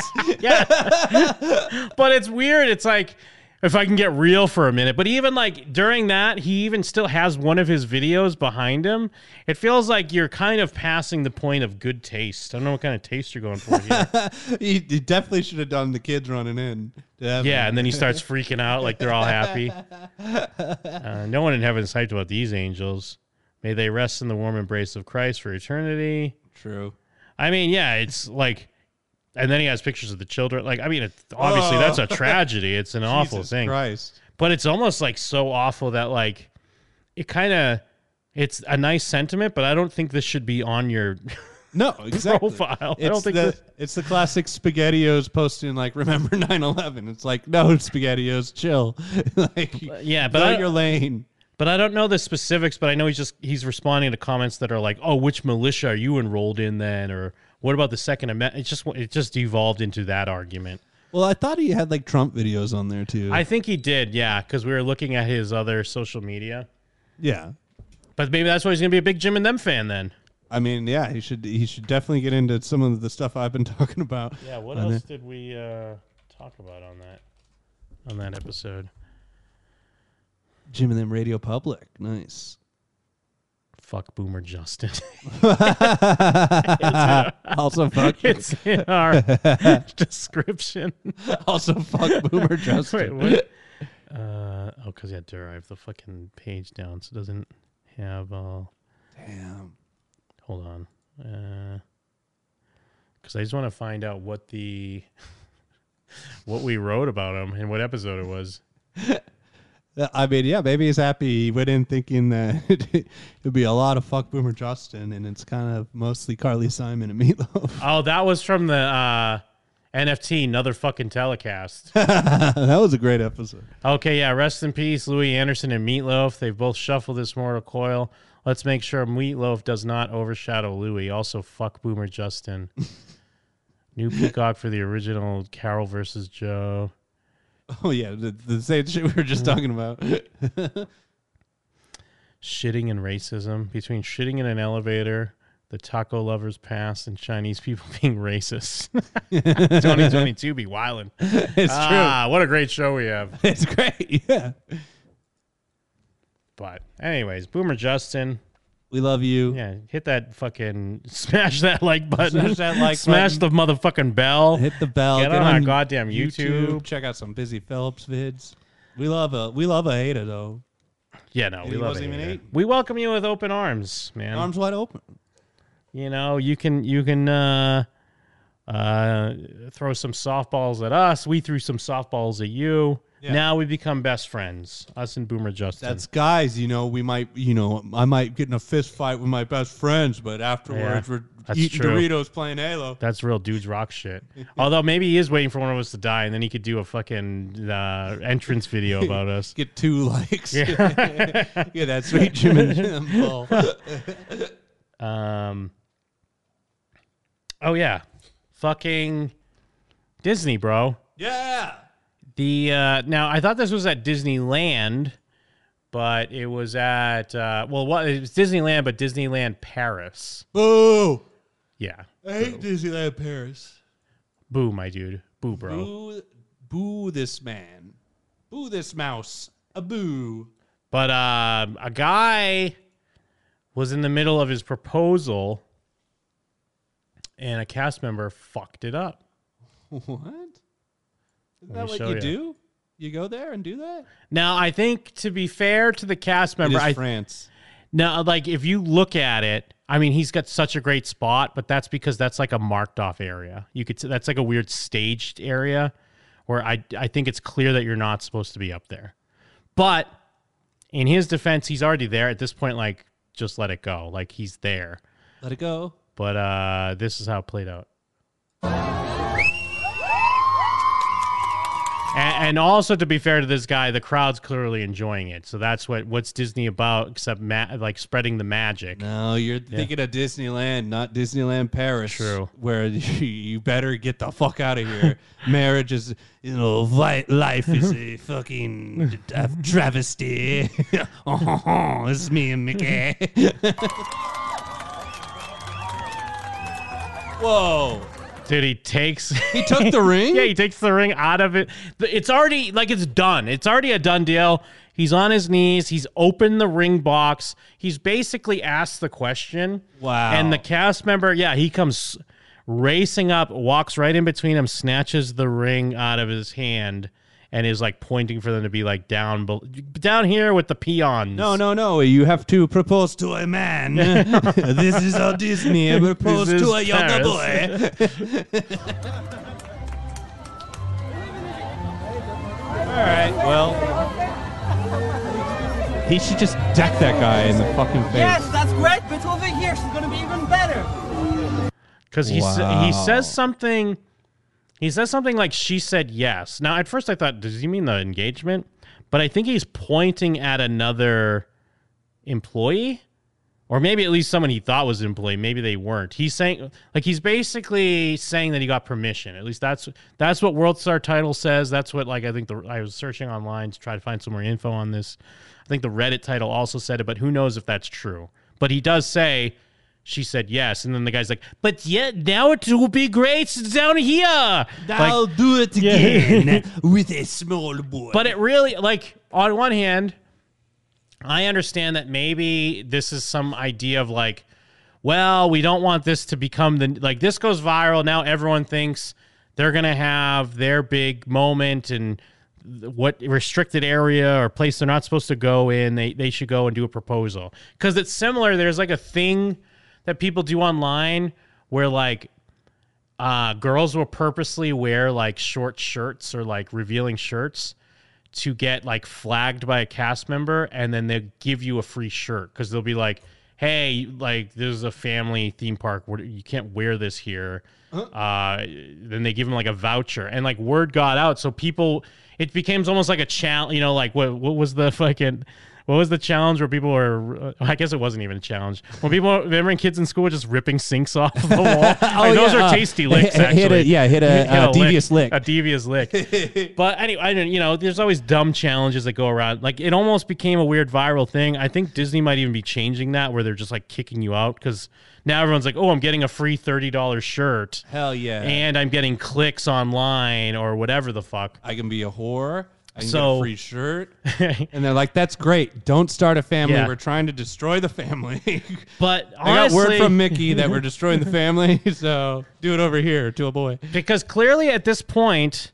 Speaker 5: but it's weird. It's like if I can get real for a minute. But even like during that, he even still has one of his videos behind him. It feels like you're kind of passing the point of good taste. I don't know what kind of taste you're going for here.
Speaker 4: he, he definitely should have done the kids running in.
Speaker 5: yeah, and then he starts freaking out like they're all happy. Uh, no one in heaven is hyped about these angels. May they rest in the warm embrace of Christ for eternity.
Speaker 4: True.
Speaker 5: I mean, yeah, it's like, and then he has pictures of the children. Like, I mean, it's, obviously that's a tragedy. It's an awful
Speaker 4: Jesus
Speaker 5: thing.
Speaker 4: Christ.
Speaker 5: but it's almost like so awful that like it kind of it's a nice sentiment but i don't think this should be on your *laughs*
Speaker 4: No, exactly.
Speaker 5: Profile. I
Speaker 4: It's
Speaker 5: don't think
Speaker 4: the,
Speaker 5: that-
Speaker 4: it's the classic SpaghettiOs posting like "Remember *laughs* 9/11." It's like, no, SpaghettiOs, chill. *laughs* like,
Speaker 5: yeah, but
Speaker 4: know
Speaker 5: I-
Speaker 4: your lane.
Speaker 5: but i don't know the specifics but i know he's just he's responding to comments that are like oh which militia are you enrolled in then or what about the second amendment it just it just evolved into that argument
Speaker 4: Well, I thought he had like Trump videos on there too.
Speaker 5: i think he did yeah because we were looking at his other social media
Speaker 4: yeah,
Speaker 5: but maybe that's why he's gonna be a big jim and them fan then
Speaker 4: I mean, yeah, he should he should definitely get into some of the stuff I've been *laughs* talking about.
Speaker 5: Yeah, what
Speaker 4: on
Speaker 5: else
Speaker 4: it.
Speaker 5: did we uh, talk about on that on that episode?
Speaker 4: Jim and them Radio Public, nice.
Speaker 5: Fuck Boomer Justin. *laughs*
Speaker 4: also fuck,
Speaker 5: it's in our description.
Speaker 4: also fuck Boomer
Speaker 5: Wait,
Speaker 4: Justin.
Speaker 5: what? *laughs* Uh, oh, because you had to drive the fucking page down, so it doesn't have all.
Speaker 4: Damn.
Speaker 5: Hold on. Because I just want to find out what the *laughs* what we wrote about him and what episode it was.
Speaker 4: Uh, I mean, yeah, maybe he's happy. He went in thinking that *laughs* it'd be a lot of fuck Boomer *laughs* Justin, and it's kind of mostly Carly Simon and Meatloaf.
Speaker 5: Oh, that was from the. Uh, NFT, another fucking telecast.
Speaker 4: that was a great episode.
Speaker 5: Okay, yeah. Rest in peace, Louis Anderson and Meatloaf. They've both shuffled this mortal coil. Let's make sure Meatloaf does not overshadow Louis. Also, fuck Boomer Justin. *laughs* New Peacock for the original Carol versus Joe.
Speaker 4: Oh yeah, the, the same shit we were just talking about.
Speaker 5: shitting and racism. Between shitting in an elevator, the taco lovers pass, and Chinese people *laughs* being racist. *laughs* 2022 be wildin'.
Speaker 4: It's
Speaker 5: ah, What a great show we have.
Speaker 4: *laughs* It's great. *laughs* Yeah.
Speaker 5: But anyways, Boomer Justin.
Speaker 4: We love you.
Speaker 5: Yeah, hit that fucking *laughs* smash that like button.
Speaker 4: Smash that like
Speaker 5: *laughs* Smash
Speaker 4: button.
Speaker 5: the motherfucking bell.
Speaker 4: Hit the bell.
Speaker 5: Get, on, our goddamn YouTube.
Speaker 4: Check out some Busy Phillips vids. We love a we love a hater though.
Speaker 5: Yeah, no,
Speaker 4: And
Speaker 5: we
Speaker 4: he
Speaker 5: love it.
Speaker 4: wasn't even
Speaker 5: here.
Speaker 4: eight.
Speaker 5: We welcome you with open arms, man.
Speaker 4: Arms wide open.
Speaker 5: You know, you can you can uh uh throw some softballs at us. We threw some softballs at you.
Speaker 4: Yeah.
Speaker 5: Now we become best friends. Us and Boomer Justin.
Speaker 4: That's guys. You know, we might. You know, I might get in a fist fight with my best friends, but afterwards
Speaker 5: Yeah,
Speaker 4: we're
Speaker 5: that's
Speaker 4: eating
Speaker 5: true.
Speaker 4: Doritos playing Halo.
Speaker 5: That's real dudes rock shit. *laughs* Although maybe he is waiting for one of us to die, and then he could do a fucking uh, entrance video about
Speaker 4: *laughs*
Speaker 5: us.
Speaker 4: Get two likes.
Speaker 5: Yeah.
Speaker 4: *laughs* yeah, that's sweet Jim and Jim.
Speaker 5: *laughs*
Speaker 4: Paul.
Speaker 5: Um. Oh yeah, fucking Disney, bro.
Speaker 4: yeah.
Speaker 5: The uh, now I thought this was at Disneyland, but it was at uh, well, what it was Disneyland, but Disneyland Paris.
Speaker 4: Boo.
Speaker 5: Yeah,
Speaker 4: I hate Disneyland Paris.
Speaker 5: boo, my dude, boo, bro.
Speaker 4: Boo, boo this man. Boo this mouse. A boo.
Speaker 5: But uh, a guy was in the middle of his proposal, and a cast member fucked it up.
Speaker 4: What? Isn't that
Speaker 5: Let me
Speaker 4: what
Speaker 5: show
Speaker 4: you
Speaker 5: ya.
Speaker 4: do? You go there and do that?
Speaker 5: Now I think to be fair to the cast member, I
Speaker 4: France.
Speaker 5: No, like if you look at it, I mean, he's got such a great spot, but that's because that's like a marked off area. You could see that's like a weird staged area where I I think it's clear that you're not supposed to be up there. But in his defense, he's already there at this point. Like, just let it go. Like he's there.
Speaker 4: Let it go.
Speaker 5: But uh this is how it played out. And, and also, to be fair to this guy, the crowd's clearly enjoying it. So that's what what's Disney about, except ma- like spreading the magic.
Speaker 4: No, you're thinking of Disneyland, not Disneyland Paris.
Speaker 5: True.
Speaker 4: Where *laughs* you, you better get the fuck out of here. Marriage is, you know, li- life is *laughs* a fucking tra- *laughs* travesty. oh, this is me and Mickey. Whoa.
Speaker 5: Dude, he *laughs* takes
Speaker 4: He took *laughs* the ring?
Speaker 5: yeah, he takes the ring out of it. The- It's already like it's done. It's already a done deal. He's on his knees. He's opened the ring box. He's basically asked the question.
Speaker 4: Wow.
Speaker 5: And the cast member, yeah, he comes racing up, walks right in between him, snatches the ring out of his hand, and is like pointing for them to be like down, bel- down here with the peons.
Speaker 4: No, no, no. You have to propose to a *laughs* man. this is how Disney proposed
Speaker 5: This is
Speaker 4: to a younger
Speaker 5: Paris.
Speaker 4: boy. All right, well. *laughs* He should just deck that guy in the fucking face.
Speaker 11: that's great, but over here she's gonna be even better.
Speaker 5: because he s
Speaker 4: Wow.
Speaker 5: he says something. He says something like she said yes. Now at first I thought, does he mean the engagement? But I think he's pointing at another employee, or maybe at least someone he thought was an employee. Maybe they weren't. He's saying like he's basically saying that he got permission. At least that's that's what World Star title says. That's what like I think the I was searching online to try to find some more info on this. I think the Reddit title also said it, but who knows if that's true. But he does say she said yes, and then the guy's like, "But yeah, now it will be great down here." Like,
Speaker 4: I'll do it
Speaker 5: Yeah.
Speaker 4: *laughs* again with a small boy.
Speaker 5: but it really like on one hand i understand that maybe this is some idea of like well we don't want this to become the like this goes viral now everyone thinks they're gonna have their big moment and th- what restricted area or place they're not supposed to go in they, they should go and do a proposal because it's similar there's like a thing that people do online where like uh, girls will purposely wear like short shirts or like revealing shirts to get like flagged by a cast member and then they'll give you a free shirt because they'll be like hey, like this is a family theme park. What- You can't wear this here.
Speaker 4: Uh-huh.
Speaker 5: Uh, then they give them like a voucher, and like word got out, so people it becomes almost like a challenge. You know, like what what was the *laughs* fucking what was the challenge where people were? I guess it wasn't even a challenge when people remember when kids in school were just ripping sinks off of
Speaker 4: *laughs*
Speaker 5: the wall. Like, those
Speaker 4: yeah,
Speaker 5: are
Speaker 4: uh, *laughs*
Speaker 5: tasty licks.
Speaker 4: hit-
Speaker 5: actually,
Speaker 4: hit a- yeah, hit a, uh, devious lick.
Speaker 5: a devious lick.
Speaker 4: *laughs*
Speaker 5: but anyway, I don't, you know, there's always dumb challenges that go around. Like it almost became a weird viral thing. I think Disney might even be changing that where they're just like kicking you out because now everyone's like, oh, I'm getting a free thirty dollars shirt.
Speaker 4: Hell yeah.
Speaker 5: And I'm getting clicks online or whatever the fuck.
Speaker 4: I can be a whore. I can get
Speaker 5: So-
Speaker 4: a free
Speaker 5: *laughs*
Speaker 4: shirt. and they're like, that's great. Don't start a family.
Speaker 5: Yeah.
Speaker 4: We're trying to destroy the family. *laughs*
Speaker 5: But
Speaker 4: I got word
Speaker 5: honestly-
Speaker 4: from Mickey that
Speaker 5: *laughs*
Speaker 4: we're destroying the family. *laughs* So do it over here to a boy.
Speaker 5: because clearly at this point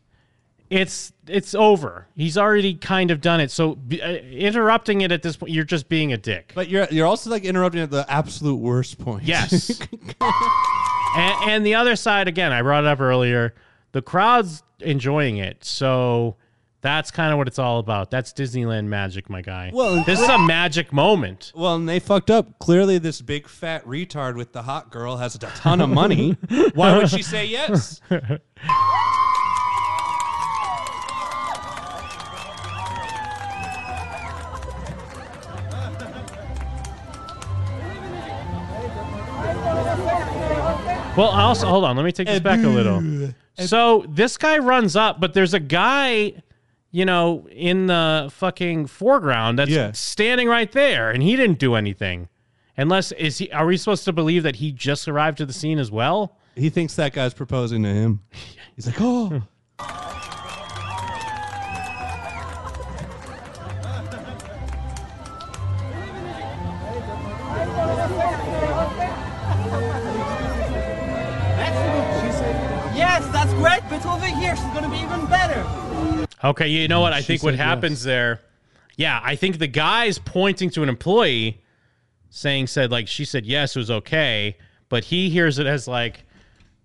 Speaker 5: it's it's over he's already kind of done it so b- uh, interrupting it at this point you're just being a dick
Speaker 4: But you're you're also like interrupting at the absolute worst point.
Speaker 5: Yes. and, and the other side again i brought it up earlier the crowd's enjoying it so that's kind of what it's all about that's disneyland magic my guy
Speaker 4: Well,
Speaker 5: this is a magic moment
Speaker 4: *laughs* well, and they fucked up. Clearly, this big fat retard with the hot girl has a ton of
Speaker 5: *laughs*
Speaker 4: money. Why would she say yes?
Speaker 5: Well, also hold on. Let me take this back a little. So this guy runs up, but there's a guy, you know, in the fucking foreground that's
Speaker 4: Yeah.
Speaker 5: standing right there, and he didn't do anything. Unless is he? Are we supposed to believe that he just arrived to the scene as well?
Speaker 4: He thinks that guy's proposing to him. He's like, oh.
Speaker 11: Yes, that's great, but over here she's gonna be even better.
Speaker 5: Okay, you
Speaker 4: Mm,
Speaker 5: know what? I
Speaker 11: She
Speaker 5: think what
Speaker 11: said
Speaker 5: happens there. Yeah, I think the guy's pointing to an employee, saying said like she said yes, it was okay, but he hears it as like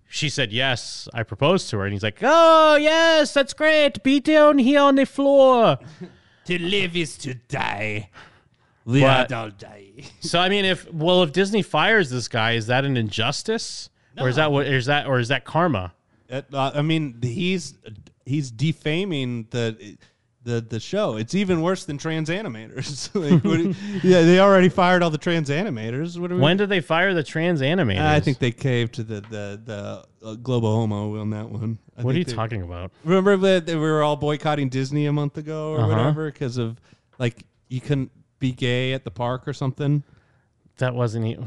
Speaker 5: she said yes, I proposed to her, and he's like, oh yes, that's great, be down here on the floor.
Speaker 4: *laughs* to live is to die.
Speaker 5: We
Speaker 4: Yeah,
Speaker 5: are don't
Speaker 4: *laughs*
Speaker 5: so I mean, if well, if Disney fires this guy, is that an injustice, or is that what is that or is that karma?
Speaker 4: It- uh, I mean, he's he's defaming the the the show. It's even worse than trans animators. *laughs* like, what
Speaker 5: *laughs*
Speaker 4: do- yeah, they already fired all the trans animators. What do we-
Speaker 5: When did they fire the trans animators?
Speaker 4: I think they caved to the the the uh, global homo on that one. I
Speaker 5: What are
Speaker 4: think
Speaker 5: you
Speaker 4: they-
Speaker 5: talking about?
Speaker 4: Remember that they were all boycotting Disney a month ago or
Speaker 5: Uh-huh.
Speaker 4: whatever because of like you couldn't be gay at the park or something.
Speaker 5: That wasn't e-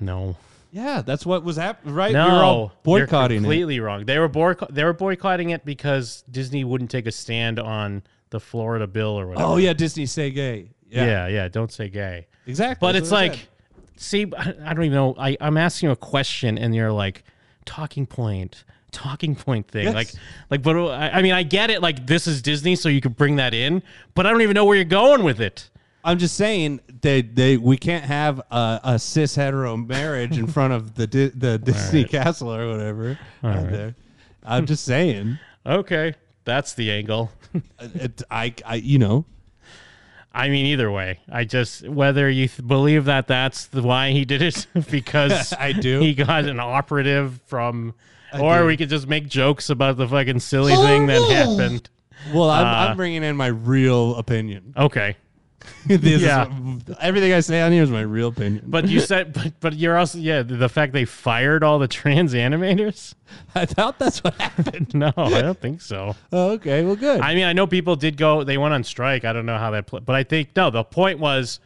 Speaker 5: no.
Speaker 4: Yeah, that's what was happening. Right?
Speaker 5: No,
Speaker 4: we were all boycotting
Speaker 5: You're
Speaker 4: it.
Speaker 5: completely wrong. They were boyco- they were boycotting it because Disney wouldn't take a stand on the Florida bill or whatever.
Speaker 4: Oh yeah, Disney say gay.
Speaker 5: yeah, yeah. Don't say gay.
Speaker 4: Exactly.
Speaker 5: But
Speaker 4: that's
Speaker 5: it's
Speaker 4: what I
Speaker 5: like, see, I I don't even know. I, I'm asking you a question, and you're like, talking point, talking point thing.
Speaker 4: Yes.
Speaker 5: Like, like, but uh, I, I mean, I get it. Like, this is Disney, so you could bring that in. But I don't even know where you're going with it.
Speaker 4: I'm just saying they they we can't have a, a cis hetero marriage in front of the Di-
Speaker 5: *laughs*
Speaker 4: the Disney
Speaker 5: right.
Speaker 4: castle or whatever.
Speaker 5: All
Speaker 4: out
Speaker 5: right.
Speaker 4: there. I'm just saying.
Speaker 5: Okay, that's the angle. *laughs*
Speaker 4: it, I, I, you know.
Speaker 5: I mean, either way, I just whether you th- believe that that's the, why he did it *laughs* because
Speaker 4: *laughs* I do.
Speaker 5: He got an operative from,
Speaker 4: I
Speaker 5: or
Speaker 4: do.
Speaker 5: we could just make jokes about the fucking silly thing that happened.
Speaker 4: Well, I'm,
Speaker 5: Uh,
Speaker 4: I'm bringing in my real opinion. *laughs*
Speaker 5: okay,
Speaker 4: this
Speaker 5: Yeah.
Speaker 4: is, everything I say on here is my real opinion.
Speaker 5: but you said, *laughs* but but you're also yeah. The fact they fired all the trans animators.
Speaker 4: *laughs*
Speaker 5: *laughs*
Speaker 4: I thought that's what happened. *laughs*
Speaker 5: No, I don't think so.
Speaker 4: Oh, okay, well, good.
Speaker 5: I mean, I know people did go; they went on strike. I don't know how that, played, but I think no. The point was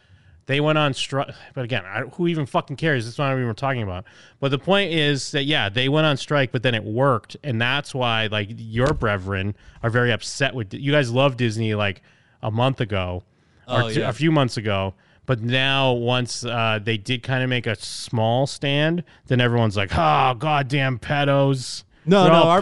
Speaker 5: they went on strike. But again, I, who even fucking cares? That's not what we were talking about. But the point is that yeah, they went on strike, but then it worked, and that's why like your brethren are very upset with you guys. Love Disney like a month ago, or
Speaker 4: Oh,
Speaker 5: two-
Speaker 4: yeah.
Speaker 5: a few months ago. But now, once uh, they did kind of make a small stand, then everyone's like, "Oh, goddamn pedos!"
Speaker 4: no,
Speaker 5: They're
Speaker 4: no,
Speaker 5: all
Speaker 4: our
Speaker 5: pedos."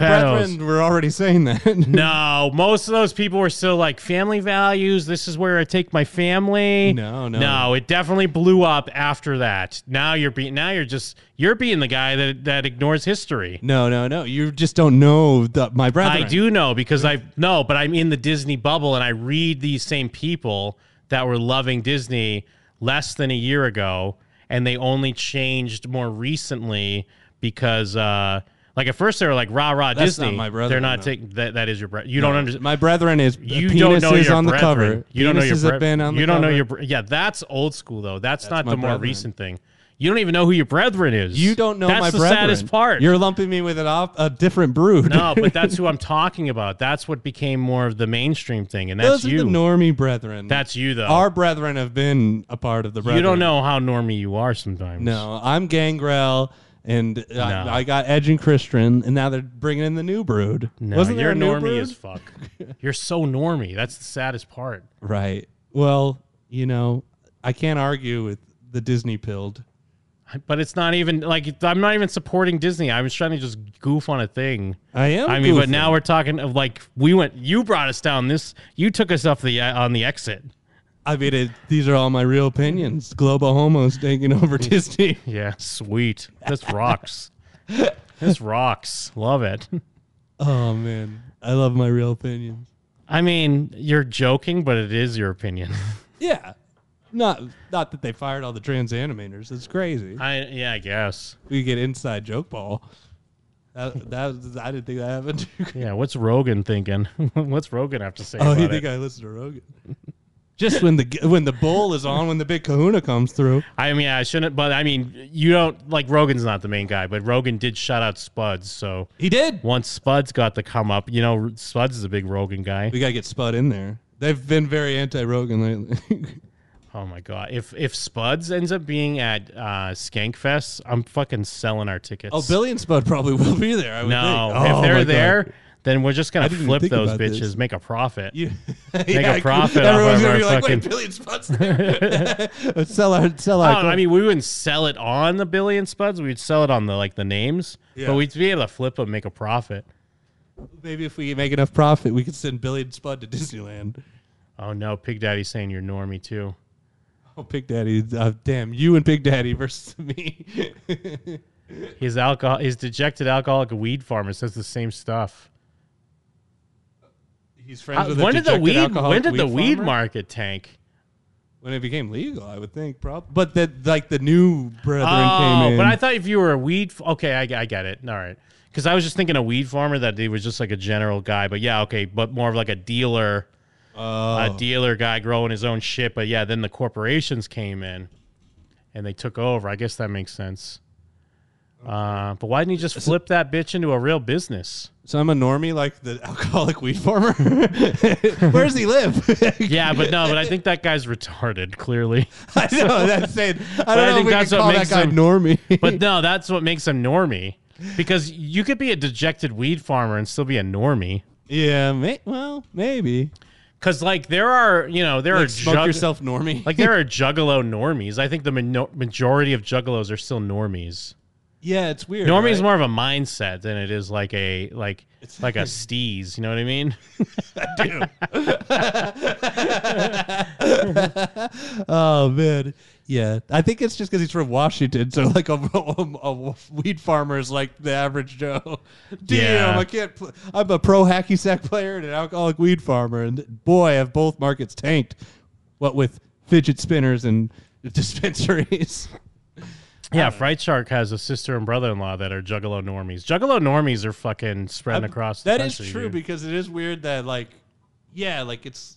Speaker 4: brethren were already saying that. *laughs*
Speaker 5: No, most of those people were still like family values. This is where I take my family.
Speaker 4: No, no.
Speaker 5: no. It definitely blew up after that. Now you're being. Now you're just you're being the guy that that ignores history.
Speaker 4: no, no, no. You just don't know the, my brethren.
Speaker 5: I do know because I no, but I'm in the Disney bubble and I read these same people that were loving Disney less than a year ago, and they only changed more recently because uh, like at first they were like rah rah
Speaker 4: That's
Speaker 5: Disney.
Speaker 4: not my brother,
Speaker 5: They're not
Speaker 4: no.
Speaker 5: taking that. That is your brother. You
Speaker 4: No,
Speaker 5: don't understand.
Speaker 4: My brethren is
Speaker 5: You
Speaker 4: penis
Speaker 5: don't know
Speaker 4: is
Speaker 5: your
Speaker 4: on the
Speaker 5: brethren.
Speaker 4: cover.
Speaker 5: You don't know your
Speaker 4: Penises have
Speaker 5: bre-
Speaker 4: been on the
Speaker 5: You don't know
Speaker 4: cover.
Speaker 5: your. bre- Yeah, that's old school though. That's, not
Speaker 4: my
Speaker 5: the more
Speaker 4: brethren.
Speaker 5: recent thing. You don't even know who your brethren is.
Speaker 4: You don't know
Speaker 5: that's
Speaker 4: my
Speaker 5: the
Speaker 4: brethren.
Speaker 5: saddest part.
Speaker 4: You're lumping me with an op- a different brood. *laughs*
Speaker 5: *laughs* no, but that's who I'm talking about. That's what became more of the mainstream thing, and that's
Speaker 4: Those are
Speaker 5: you.
Speaker 4: the normie brethren.
Speaker 5: That's you, though.
Speaker 4: Our brethren have been a part of the brethren.
Speaker 5: You don't know how normie you are sometimes.
Speaker 4: No, I'm Gangrel, and
Speaker 5: No.
Speaker 4: I, I got Edge and Christian, and now they're bringing in the new brood.
Speaker 5: No,
Speaker 4: Wasn't there
Speaker 5: you're
Speaker 4: a new
Speaker 5: normie
Speaker 4: brood?
Speaker 5: as fuck. You're so normie. That's the saddest part.
Speaker 4: Right. Well, you know, I can't argue with the Disney pilled.
Speaker 5: But it's not even like I'm not even supporting Disney. I was trying to just goof on a thing.
Speaker 4: I am
Speaker 5: I mean, but
Speaker 4: goofing.
Speaker 5: now we're talking of like we went. You brought us down. This you took us off the uh, on the exit.
Speaker 4: I mean, it, these are all my real opinions. Global homo's taking
Speaker 5: *laughs*
Speaker 4: over Disney.
Speaker 5: Yeah, sweet. This
Speaker 4: *laughs*
Speaker 5: rocks. this rocks. Love it.
Speaker 4: Oh man, I love my real opinions.
Speaker 5: I mean, you're joking, but it is
Speaker 4: *laughs*
Speaker 5: your opinion.
Speaker 4: Yeah, not not that they fired all the trans animators. It's crazy.
Speaker 5: I yeah, I guess
Speaker 4: we get inside joke ball. That, that was, I didn't think that happened. *laughs*
Speaker 5: Yeah, what's Rogan thinking? *laughs* what's Rogan have to say?
Speaker 4: oh,
Speaker 5: about
Speaker 4: you
Speaker 5: it?
Speaker 4: think I listened to Rogan? Just when the when the bull is on, when the big Kahuna comes through.
Speaker 5: I mean, I shouldn't, but I mean, you don't like Rogan's not the main guy, but Rogan did shout out Spuds, so
Speaker 4: he did.
Speaker 5: Once Spuds got the come up, you know, Spuds is a big Rogan guy.
Speaker 4: We gotta get Spud in there. They've been very anti Rogan lately. *laughs*
Speaker 5: Oh my god, if if Spuds ends up being at uh, Skankfest, I'm fucking selling our tickets.
Speaker 4: oh, Billy and Spud probably will be there. I would
Speaker 5: no,
Speaker 4: think. Oh,
Speaker 5: if
Speaker 4: my
Speaker 5: they're
Speaker 4: God.
Speaker 5: there, then we're just
Speaker 4: I
Speaker 5: gonna
Speaker 4: didn't
Speaker 5: flip
Speaker 4: think
Speaker 5: those
Speaker 4: about
Speaker 5: bitches,
Speaker 4: this.
Speaker 5: make a
Speaker 4: *laughs*
Speaker 5: profit, make
Speaker 4: Yeah, I-
Speaker 5: a profit.
Speaker 4: Everyone's
Speaker 5: off of
Speaker 4: gonna
Speaker 5: our
Speaker 4: be like,
Speaker 5: fucking...
Speaker 4: "Wait, Billy and Spud's there."
Speaker 5: *laughs*
Speaker 4: *laughs* Let's sell our sell our.
Speaker 5: Oh, I, don't know, I mean, we wouldn't sell it on the Billy and Spuds. We'd sell it on the like the names,
Speaker 4: Yeah.
Speaker 5: but we'd be able to flip them, make a profit.
Speaker 4: maybe if we make enough profit, we could send Billy and Spud to Disneyland.
Speaker 5: Oh no, Pig Daddy's saying you're normie too.
Speaker 4: Oh, Big Daddy! Uh, damn, you and Big Daddy versus *laughs* me.
Speaker 5: His alcohol, his dejected alcoholic weed farmer says the same stuff.
Speaker 4: He's friends
Speaker 5: Uh,
Speaker 4: with. a
Speaker 5: when did the
Speaker 4: dejected
Speaker 5: weed?
Speaker 4: alcoholic
Speaker 5: When did the weed
Speaker 4: farmer?
Speaker 5: market tank?
Speaker 4: When it became legal, I would think. Probably, but that like the new brethren
Speaker 5: Oh,
Speaker 4: came in.
Speaker 5: but I thought if you were a weed, f- okay, I, I get it. All right, because I was just thinking a weed farmer that he was just like a general guy, but yeah, okay, but more of like a dealer,
Speaker 4: Oh.
Speaker 5: a dealer guy growing his own shit. But yeah, then the corporations came in, and they took over. I guess that makes sense. Uh, but why didn't you just flip that bitch into a real business?
Speaker 4: so I'm a normie, like the *laughs* alcoholic weed farmer. *laughs* Where does he live? *laughs*
Speaker 5: yeah, but no, but I think that guy's retarded. Clearly, *laughs*
Speaker 4: I know that's it. I
Speaker 5: But
Speaker 4: don't know if we can call that guy normie. *laughs*
Speaker 5: but no, that's what makes him normie because you could be a dejected weed farmer and still be a normie.
Speaker 4: Yeah, may- well, maybe.
Speaker 5: Because like there are, you know, there
Speaker 4: Like,
Speaker 5: are
Speaker 4: smoke yourself normie.
Speaker 5: like there are juggalo normies. I think the mino- majority of juggalos are still normies.
Speaker 4: Yeah, it's weird.
Speaker 5: normie is
Speaker 4: right?
Speaker 5: more of a mindset than it is like a like
Speaker 4: *laughs*
Speaker 5: like a steez. You know what I mean?
Speaker 4: *laughs* oh man, yeah. I think it's just because he's from Washington, so like a, a, a weed farmer is like the average Joe. *laughs* Damn,
Speaker 5: Yeah.
Speaker 4: I can't. Pl- I'm a pro hacky sack player and an alcoholic weed farmer, and boy, have both markets tanked. What with fidget spinners and *laughs* dispensaries.
Speaker 5: yeah, Fright Shark has a sister and brother in law that are juggalo normies. Juggalo normies are fucking spreading across. the
Speaker 4: That is
Speaker 5: country,
Speaker 4: true
Speaker 5: dude.
Speaker 4: because it is weird that like, yeah, like it's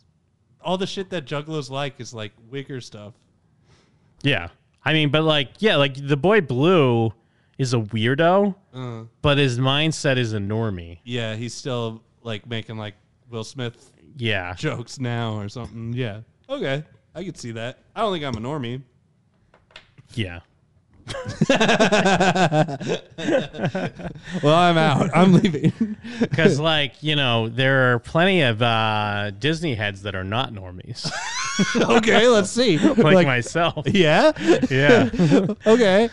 Speaker 4: all the shit that juggalos like is like wicker stuff.
Speaker 5: Yeah. I mean, but like, yeah, like the boy Blue is a weirdo,
Speaker 4: Uh.
Speaker 5: but his mindset is a normie.
Speaker 4: Yeah, he's still like making like Will Smith
Speaker 5: Yeah.
Speaker 4: jokes now or something. Yeah. Okay. I could see that. I don't think I'm a normie.
Speaker 5: Yeah.
Speaker 4: Well, I'm out. *laughs* I'm leaving.
Speaker 5: Because, *laughs* like, you know, there are plenty of uh, Disney heads that are not normies. *laughs*
Speaker 4: okay, let's see.
Speaker 5: like,
Speaker 4: Like-
Speaker 5: myself.
Speaker 4: *laughs* Yeah?
Speaker 5: *laughs* Yeah.
Speaker 4: okay.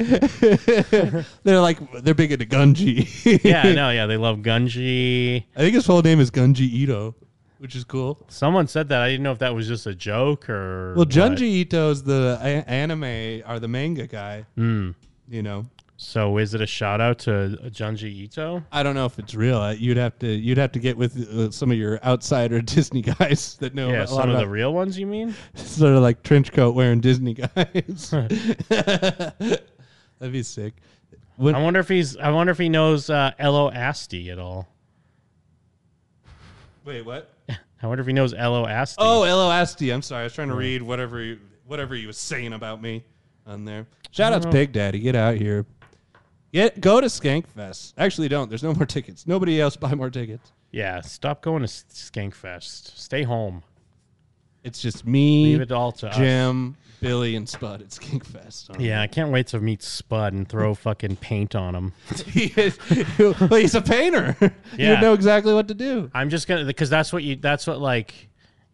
Speaker 4: *laughs* they're like they're big into Gunji.
Speaker 5: yeah, no, yeah. They love Gunji.
Speaker 4: *laughs* I think his full name is Gunji Ito, which is cool.
Speaker 5: Someone said that. I didn't know if that was just a joke or.
Speaker 4: Well,
Speaker 5: what.
Speaker 4: Junji Ito's the a- anime or the manga guy.
Speaker 5: Mm.
Speaker 4: You know.
Speaker 5: So is it a shout out to Junji Ito?
Speaker 4: I don't know if it's real. Uh, You'd have to you'd have to get with uh, some of your outsider *laughs* Disney guys that know
Speaker 5: yeah,
Speaker 4: a
Speaker 5: some
Speaker 4: lot
Speaker 5: of
Speaker 4: about
Speaker 5: the real ones. You
Speaker 4: *laughs*
Speaker 5: mean? *laughs*
Speaker 4: sort of like trench coat wearing Disney guys. *laughs* That'd be sick.
Speaker 5: I wonder if he's. I wonder if he knows uh, Elo Asti at all.
Speaker 4: Wait, what?
Speaker 5: I wonder if he knows Elo Asti.
Speaker 4: Oh, LOSD. I'm sorry. I was trying to read whatever you, whatever you was saying about me on there. Shout out to
Speaker 5: Oh.
Speaker 4: Pig Daddy. Get out here. Get go to Skankfest. Actually, don't. There's no more tickets. Nobody else buy more tickets.
Speaker 5: Yeah, stop going to S- Skankfest. Stay home.
Speaker 4: It's just me,
Speaker 5: Leave it all to us.
Speaker 4: Jim, Billy, and Spud at Skankfest.
Speaker 5: Yeah, I can't wait to meet Spud and throw fucking paint on him.
Speaker 4: *laughs* he is, well, he's a painter. *laughs* You
Speaker 5: Yeah.
Speaker 4: would know exactly what to do.
Speaker 5: I'm just gonna because that's what you. That's what like,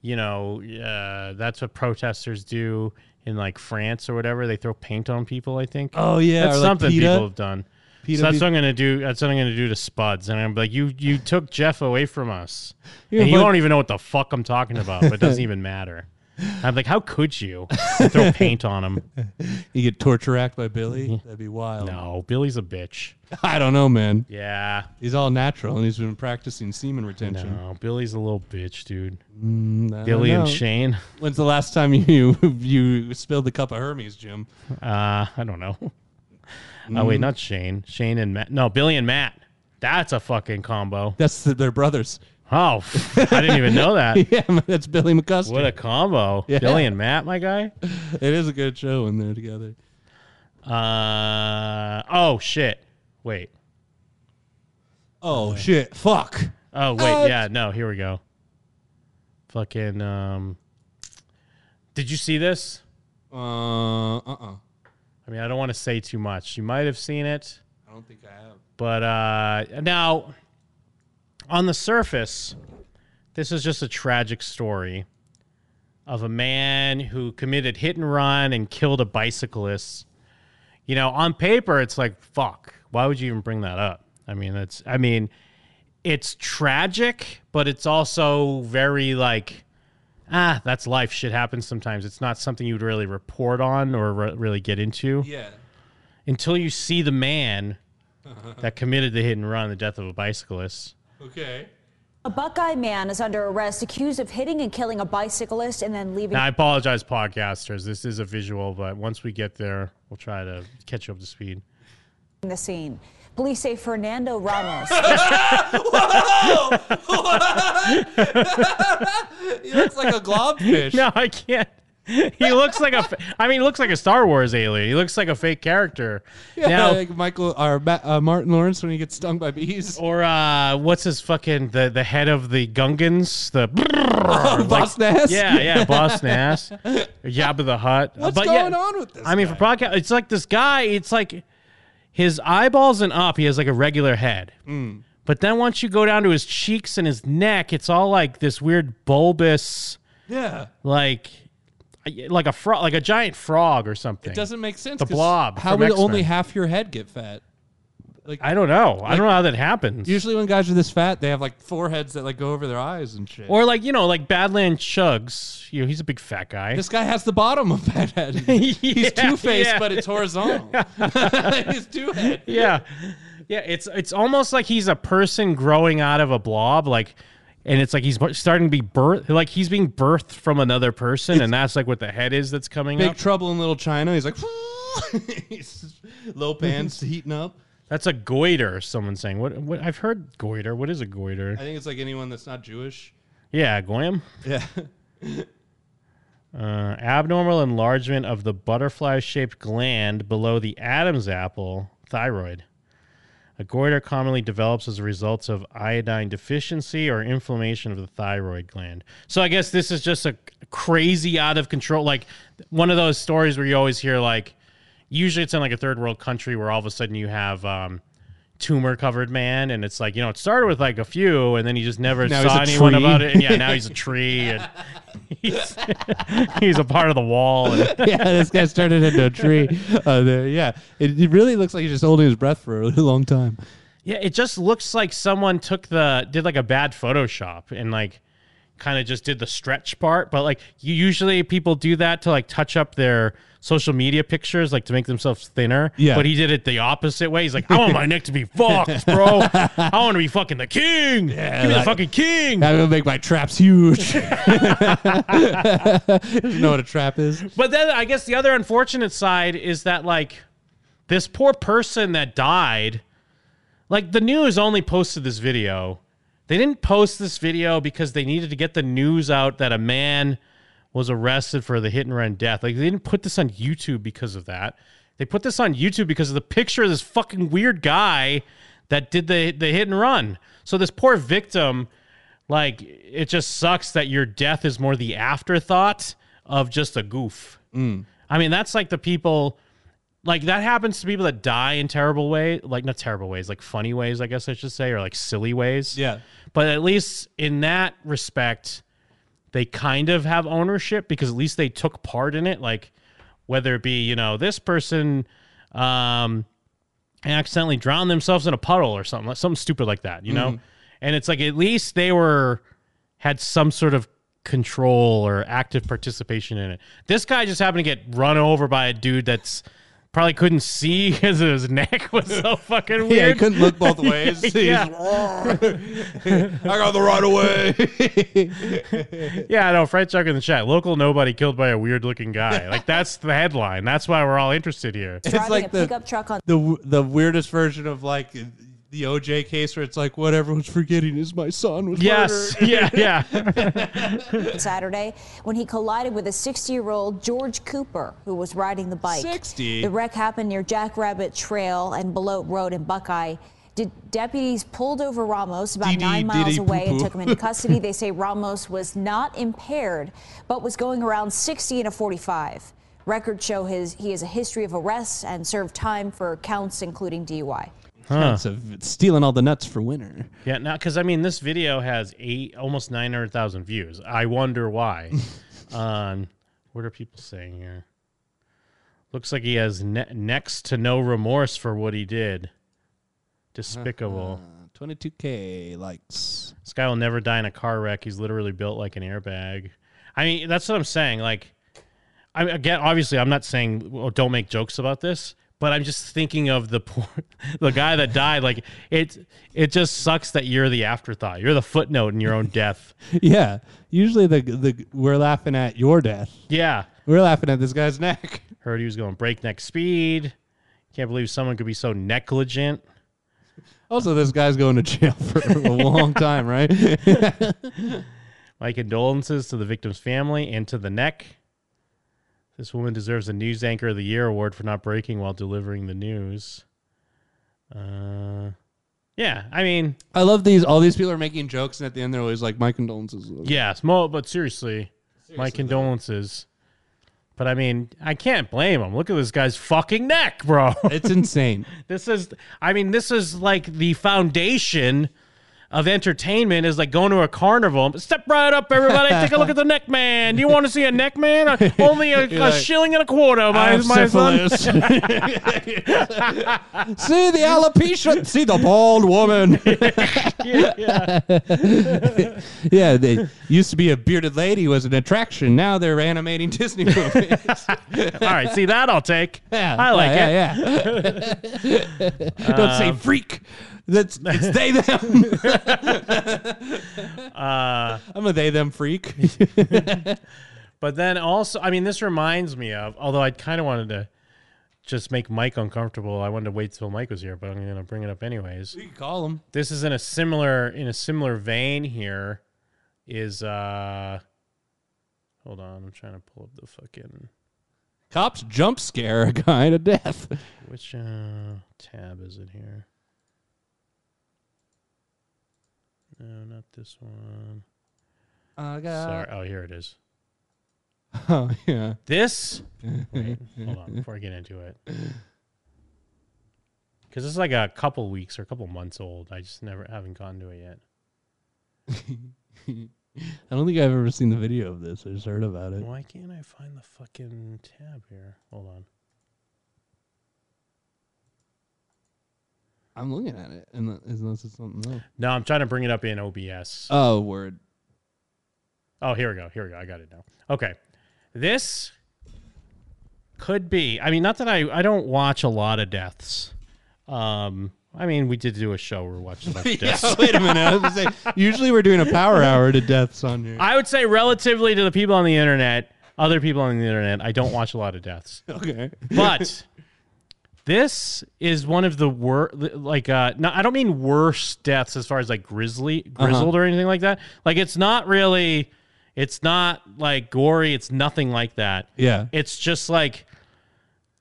Speaker 5: you know, uh, that's what protesters do in like France or whatever. They throw paint on people. I think.
Speaker 4: Oh, yeah,
Speaker 5: that's
Speaker 4: or, like,
Speaker 5: something
Speaker 4: PETA.
Speaker 5: people have done.
Speaker 4: PETA
Speaker 5: so that's
Speaker 4: be-
Speaker 5: what I'm gonna do. That's what I'm gonna do to Spuds, and I'm like, you, you took Jeff away from
Speaker 4: *laughs*
Speaker 5: us,
Speaker 4: You're
Speaker 5: and
Speaker 4: a
Speaker 5: you
Speaker 4: bud-
Speaker 5: don't even know what the fuck I'm talking about. But
Speaker 4: *laughs*
Speaker 5: it doesn't even matter. I'm like, how could you And throw paint on
Speaker 4: *laughs*
Speaker 5: him?
Speaker 4: You get torture act by Billy. That'd be wild.
Speaker 5: Mm-hmm. No, Billy's a bitch.
Speaker 4: I don't know, man.
Speaker 5: Yeah.
Speaker 4: He's all natural, and he's been practicing semen retention.
Speaker 5: No, Billy's a little bitch, dude.
Speaker 4: I don't
Speaker 5: Billy and
Speaker 4: know.
Speaker 5: Shane. *laughs*
Speaker 4: When's the last time you *laughs* you spilled the cup of Hermes, Jim?
Speaker 5: Uh, I don't know. *laughs* Oh wait,
Speaker 4: Mm.
Speaker 5: not Shane. Shane and Matt. No, Billy and Matt. That's a fucking combo.
Speaker 4: That's the, they're brothers. *laughs*
Speaker 5: Oh, *laughs* f- I didn't even know that.
Speaker 4: yeah, that's Billy McCusker.
Speaker 5: What a combo,
Speaker 4: Yeah.
Speaker 5: Billy and Matt, my guy.
Speaker 4: It is a good show when they're together.
Speaker 5: Uh oh shit. Wait.
Speaker 4: Oh shit! Fuck.
Speaker 5: Oh wait.
Speaker 4: Uh,
Speaker 5: yeah. No. Here we go. Fucking. Um. Did you see this?
Speaker 4: Uh. Uh. uh
Speaker 5: I mean, I don't want to say too much. You might have seen it.
Speaker 4: I don't think I have.
Speaker 5: But uh, now, on the surface, this is just a tragic story of a man who committed hit and run and killed a bicyclist. You know, on paper, it's like fuck. Why would you even bring that up? I mean, it's I mean, it's tragic, but it's also very like ah, that's life. Shit happens sometimes. It's not something you would really report on or re- really get into
Speaker 4: Yeah.
Speaker 5: until you see the man that committed the hit and run, the death of a bicyclist.
Speaker 4: Okay.
Speaker 12: A Buckeye man is under arrest accused of hitting and killing a bicyclist and then leaving.
Speaker 5: Now, I apologize, podcasters. This is a visual, but once we get there, we'll try to catch you up to speed. *laughs*
Speaker 12: the scene. Police say
Speaker 11: *laughs*
Speaker 12: Fernando Ramos.
Speaker 4: he looks
Speaker 5: *laughs*
Speaker 4: like a globfish.
Speaker 5: no, I can't. He looks like a. fa- I mean, he looks like a Star Wars alien. He looks like a fake character.
Speaker 4: *laughs* Yeah,
Speaker 5: Now-
Speaker 4: like Michael or Ma- uh, Martin Lawrence when he gets stung by bees.
Speaker 5: Or uh, what's his fucking the the head of the Gungans? The *laughs*
Speaker 4: Oh, Boss Nass?
Speaker 5: Yeah, yeah, Boss Nass. Jabba the Hutt.
Speaker 4: What's
Speaker 5: But yeah,
Speaker 4: going on with this
Speaker 5: I mean, for podcast, it's like this guy. It's like his eyeballs and up. He has like a regular head.
Speaker 4: Hmm.
Speaker 5: But then once you go down to his cheeks and his neck, it's all like this weird bulbous,
Speaker 4: Yeah.
Speaker 5: like like a frog, like a giant frog or something.
Speaker 4: It doesn't make sense.
Speaker 5: The
Speaker 4: 'cause
Speaker 5: blob.
Speaker 4: How
Speaker 5: from
Speaker 4: would
Speaker 5: X-Men.
Speaker 4: only half your head get fat?
Speaker 5: I don't know. I don't know how that happens.
Speaker 4: Usually, when guys are this fat, they have like foreheads that like go over their eyes and shit.
Speaker 5: Or like you know, like Badland Chugs. You know, he's a big fat guy.
Speaker 4: This guy has the bottom of that *laughs* head. He's two faced,
Speaker 5: yeah.
Speaker 4: but it's *laughs* horizontal. He's two head.
Speaker 5: yeah, yeah. It's it's almost like he's a person growing out of a blob, like, and it's like he's bu- starting to be birth, like he's being birthed from another person, and that's like what the head is that's coming
Speaker 4: Big
Speaker 5: up.
Speaker 4: trouble in Little China. He's like, *laughs* he's low *laughs* pants heating up.
Speaker 5: That's a goiter. Someone's saying what? What I've heard goiter. What is a goiter?
Speaker 4: I think it's like anyone that's not Jewish.
Speaker 5: Yeah, goyim.
Speaker 4: *laughs* Yeah.
Speaker 5: Uh, abnormal enlargement of the butterfly shaped gland below the Adam's apple thyroid. A goiter commonly develops as a result of iodine deficiency or inflammation of the thyroid gland. So I guess this is just a crazy out of control, like one of those stories where you always hear, like, usually it's in like a third world country where all of a sudden you have. Um, Tumor covered man, and it's like you know, it started with like a few, and then you just never
Speaker 4: Now he's
Speaker 5: saw
Speaker 4: a
Speaker 5: anyone
Speaker 4: tree.
Speaker 5: about it. And yeah, now he's a tree, and *laughs* he's, *laughs* he's a part of the wall. And,
Speaker 4: yeah, this guy's turned it into a tree. Uh, there, yeah, it, it really looks like he's just holding his breath for a really long time.
Speaker 5: Yeah, it just looks like someone took the did like a bad Photoshop and like kind of just did the stretch part. But like you usually people do that to like touch up their social media pictures, like to make themselves thinner.
Speaker 4: Yeah.
Speaker 5: But he did it the opposite way. He's like, I
Speaker 4: *laughs*
Speaker 5: want my neck to be fucked, bro. I want to be fucking the king. Give me the
Speaker 4: like-
Speaker 5: fucking king.
Speaker 4: I'm gonna make my traps huge. *laughs* you know what a trap is?
Speaker 5: But then I guess the other unfortunate side is that like this poor person that died, like the news only posted this video. They didn't post this video because they needed to get the news out that a man was arrested for the hit and run death. Like they didn't put this on YouTube because of that. They put this on YouTube because of the picture of this fucking weird guy that did the the hit and run. So this poor victim like it just sucks that your death is more the afterthought of just a goof. I mean, that's like the people like that happens to people that die in terrible ways, like not terrible ways, like funny ways, I guess I should say, or like silly ways.
Speaker 4: Yeah.
Speaker 5: But at least in that respect, they kind of have ownership because at least they took part in it. Like whether it be, you know, this person um accidentally drowned themselves in a puddle or something, like something stupid like that, you know?
Speaker 4: Mhm.
Speaker 5: And it's like at least they were had some sort of control or active participation in it. This guy just happened to get run over by a dude that's probably couldn't see *laughs* because his neck was so fucking
Speaker 4: *laughs*
Speaker 5: weird.
Speaker 4: Yeah, he couldn't look both
Speaker 5: Yeah,
Speaker 4: ways. *laughs* He's,
Speaker 5: yeah.
Speaker 4: "Roar." I got the right of way.
Speaker 5: yeah, I know. Fred Chuck in the chat. Local nobody killed by a weird looking *laughs* guy. Like that's the headline. That's why we're all interested here.
Speaker 12: driving a pickup truck on
Speaker 4: the the weirdest version of like the OJ case where it's like what everyone's forgetting is my son was *laughs*
Speaker 5: Yes.
Speaker 4: murdered.
Speaker 5: *laughs* Yeah,
Speaker 12: Saturday when he collided with a 60-year-old George Cooper who was riding the bike.
Speaker 4: 60?
Speaker 12: The wreck happened near Jackrabbit Trail and Belote Road in Buckeye. De- deputies pulled over Ramos about
Speaker 13: Dee dee,
Speaker 12: nine
Speaker 13: dee
Speaker 12: miles
Speaker 13: dee,
Speaker 12: away and
Speaker 13: poo-poo.
Speaker 12: took him into custody. they say Ramos was not impaired, but was going around 60 in a 45. Records show his he has a history of arrests and served time for counts including DUI.
Speaker 5: Huh.
Speaker 4: It's a- it's stealing all the nuts for winter.
Speaker 5: Yeah, now because I mean this video has eight almost nine hundred thousand views. I wonder *laughs* why. um, what are people saying here? Looks like he has ne- next to no remorse for what he did. Despicable.
Speaker 4: Twenty two Uh, k likes. *laughs*
Speaker 5: This guy will never die in a car wreck. He's literally built like an airbag. I mean, that's what I'm saying. Like, I again, obviously, I'm not saying well, don't make jokes about this, but I'm just thinking of the *laughs* poor, the guy that died. Like, it it just sucks that you're the afterthought. You're the footnote in your own death.
Speaker 4: Yeah, usually the the we're laughing at your death.
Speaker 5: Yeah.
Speaker 4: We're laughing at this guy's neck. *laughs*
Speaker 5: Heard he was going breakneck speed. Can't believe someone could be so negligent.
Speaker 4: Also, this guy's going to jail for a long time, right? *laughs*
Speaker 5: My condolences to the victim's family and to the neck. This woman deserves a News Anchor of the Year award for not breaking while delivering the news. Uh, yeah, I mean,
Speaker 4: I love these. All these people are making jokes, and at the end, they're always like, "My condolences."
Speaker 5: yes, mo- but seriously, my condolences. But I mean, I can't blame him. Look at this guy's fucking neck, bro. *laughs*
Speaker 4: It's insane.
Speaker 5: this is, I mean, this is like the foundation of entertainment is like going to a carnival. Step right up, everybody. Take a look at the neck man. Do you want to see a neck
Speaker 4: *laughs*
Speaker 5: man? Uh, Only a,
Speaker 4: You're
Speaker 5: a
Speaker 4: like,
Speaker 5: shilling and a quarter,
Speaker 4: "I
Speaker 5: my,
Speaker 4: have
Speaker 5: my son.
Speaker 4: syphilis." See the alopecia. See the bald
Speaker 5: *laughs*
Speaker 4: woman. *laughs* yeah, they used to be a bearded lady was an attraction. Now they're animating Disney movies.
Speaker 5: *laughs*
Speaker 4: *laughs*
Speaker 5: All right, see that I'll take.
Speaker 4: Yeah,
Speaker 5: I like
Speaker 4: yeah,
Speaker 5: it.
Speaker 4: Don't say
Speaker 5: Um,
Speaker 4: freak. That's it's they them.
Speaker 5: *laughs* Uh,
Speaker 4: I'm a they them freak. *laughs*
Speaker 5: But then also, I mean, this reminds me of, although I kind of wanted to just make Mike uncomfortable. I wanted to wait till Mike was here, but I'm going to bring it up anyways.
Speaker 4: You can call him.
Speaker 5: This is in a similar in a similar vein here is uh hold on, I'm trying to pull up the fucking
Speaker 4: Cops jump scare a guy to death. *laughs*
Speaker 5: which uh tab is it here? No, not this one.
Speaker 4: I
Speaker 5: Sorry. Oh, here it is.
Speaker 4: Oh yeah.
Speaker 5: This. Wait, hold on before I get into it. Because this is like a couple weeks or a couple months old. I just never haven't gotten to it yet.
Speaker 4: I don't think I've ever seen the video of this. I just heard about it.
Speaker 5: Why can't I find the fucking tab here? Hold on.
Speaker 4: I'm looking at it, and unless it's something else.
Speaker 5: No, I'm trying to bring it up in OBS.
Speaker 4: Oh, word. *laughs*
Speaker 5: Oh, here we go. Here we go. I got it now. Okay. This Could be. I mean, not that I I don't watch a lot of deaths. Um, I mean, we did do a show where we watched a bunch of
Speaker 4: Yeah,
Speaker 5: deaths.
Speaker 4: Oh, wait a minute. I was gonna say, usually we're doing a power hour to deaths on here.
Speaker 5: I would say relatively to the people on the internet, other people on the internet, I don't watch a lot of deaths.
Speaker 4: *laughs* Okay. *laughs*
Speaker 5: But this is one of the worst like uh no, I don't mean worse deaths as far as like grizzly
Speaker 4: Uh-huh.
Speaker 5: grizzled or anything like that. Like it's not really it's not like gory, it's nothing like that.
Speaker 4: Yeah.
Speaker 5: It's just like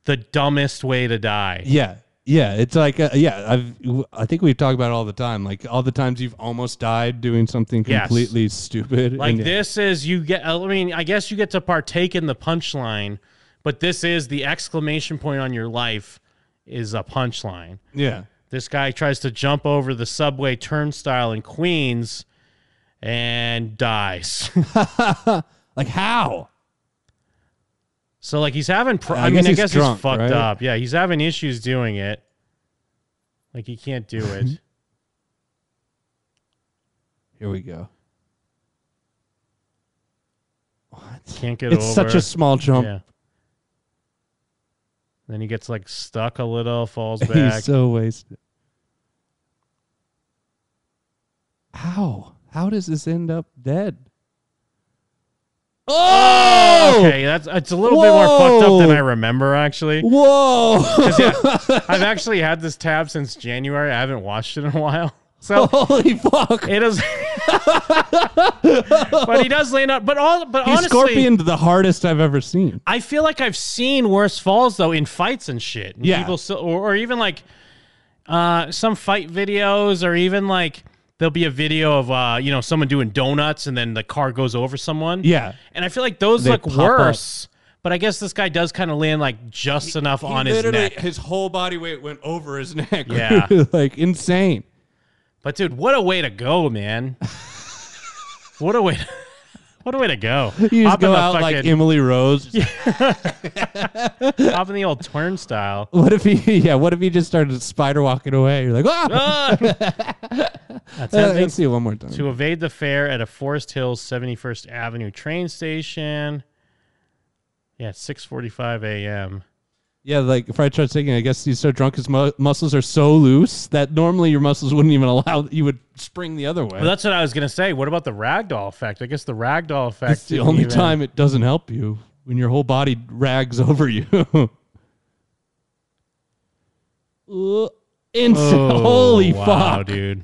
Speaker 5: the dumbest way to die.
Speaker 4: Yeah. Yeah, it's like uh, yeah, I've w- I think we talk about it all the time. Like all the times you've almost died doing something
Speaker 5: Yes.
Speaker 4: completely stupid.
Speaker 5: Like
Speaker 4: and-
Speaker 5: this is you get. I mean, I guess you get to partake in the punchline, but this is the exclamation point on your life is a punchline.
Speaker 4: Yeah. *laughs*
Speaker 5: This guy tries to jump over the subway turnstile in Queens and dies. *laughs*
Speaker 4: like how?
Speaker 5: So like he's having. Pro-
Speaker 4: I
Speaker 5: I, mean,
Speaker 4: guess
Speaker 5: I
Speaker 4: he's
Speaker 5: guess
Speaker 4: drunk,
Speaker 5: he's fucked
Speaker 4: right?
Speaker 5: up. Yeah, he's having issues doing it. Like he can't
Speaker 4: *laughs*
Speaker 5: do it.
Speaker 4: Here we go.
Speaker 5: can't get
Speaker 4: It's
Speaker 5: over.
Speaker 4: such a small jump.
Speaker 5: Yeah. Then he gets like stuck a little, falls
Speaker 4: *laughs*
Speaker 5: back.
Speaker 4: He's so wasted. How? How does this end up dead? Oh!
Speaker 5: Okay, that's it's a little bit more fucked up than I
Speaker 4: Whoa!
Speaker 5: remember actually.
Speaker 4: Whoa!
Speaker 5: 'Cause, yeah, I've actually had this tab since January. I haven't watched it in
Speaker 4: *laughs*
Speaker 5: a while. So
Speaker 4: holy fuck!
Speaker 5: It is *laughs* But he does land up but all but
Speaker 4: He
Speaker 5: honestly
Speaker 4: scorpioned the hardest I've ever seen.
Speaker 5: I feel like I've seen worse falls though in fights and shit. And
Speaker 4: Yeah.
Speaker 5: people still, or, or even like uh, some fight videos, or even like there'll be a video of uh, you know someone doing donuts and then the car goes over someone.
Speaker 4: Yeah.
Speaker 5: and I feel like those
Speaker 4: They
Speaker 5: look
Speaker 4: pop
Speaker 5: worse. But I guess this guy does kind of land like just enough on his neck.
Speaker 4: his whole body weight went over his neck.
Speaker 5: Yeah.
Speaker 4: *laughs* like insane.
Speaker 5: But dude, what a way to
Speaker 4: *laughs*
Speaker 5: go, man! what a way! To, *laughs* what a way to go!
Speaker 4: You just
Speaker 5: Hop in
Speaker 4: go
Speaker 5: the
Speaker 4: out like
Speaker 5: fucking-
Speaker 4: Emily Rose.
Speaker 5: hop in the
Speaker 4: *laughs*
Speaker 5: old turnstile.
Speaker 4: What if he? Yeah. What if he just started spider walking away? You're like,
Speaker 5: *laughs*
Speaker 4: ah. *laughs*
Speaker 5: Attempting
Speaker 4: let's see it one more time.
Speaker 5: To evade the fare at a Forest Hills 71st Avenue train station. Yeah, 6:45 a.m.
Speaker 4: Yeah, like fried short chicken. I guess he's so drunk his mu- muscles are so loose that normally your muscles wouldn't even allow *laughs* that you would spring the other way.
Speaker 5: Well, that's what I was gonna say. What about the ragdoll effect? I guess the ragdoll effect.
Speaker 4: That's the
Speaker 5: didn't
Speaker 4: only
Speaker 5: even- *laughs*
Speaker 4: time it doesn't help you when your whole body rags *laughs* over you. Ugh. Ins-
Speaker 5: Oh,
Speaker 4: holy
Speaker 5: wow,
Speaker 4: fuck.
Speaker 5: dude!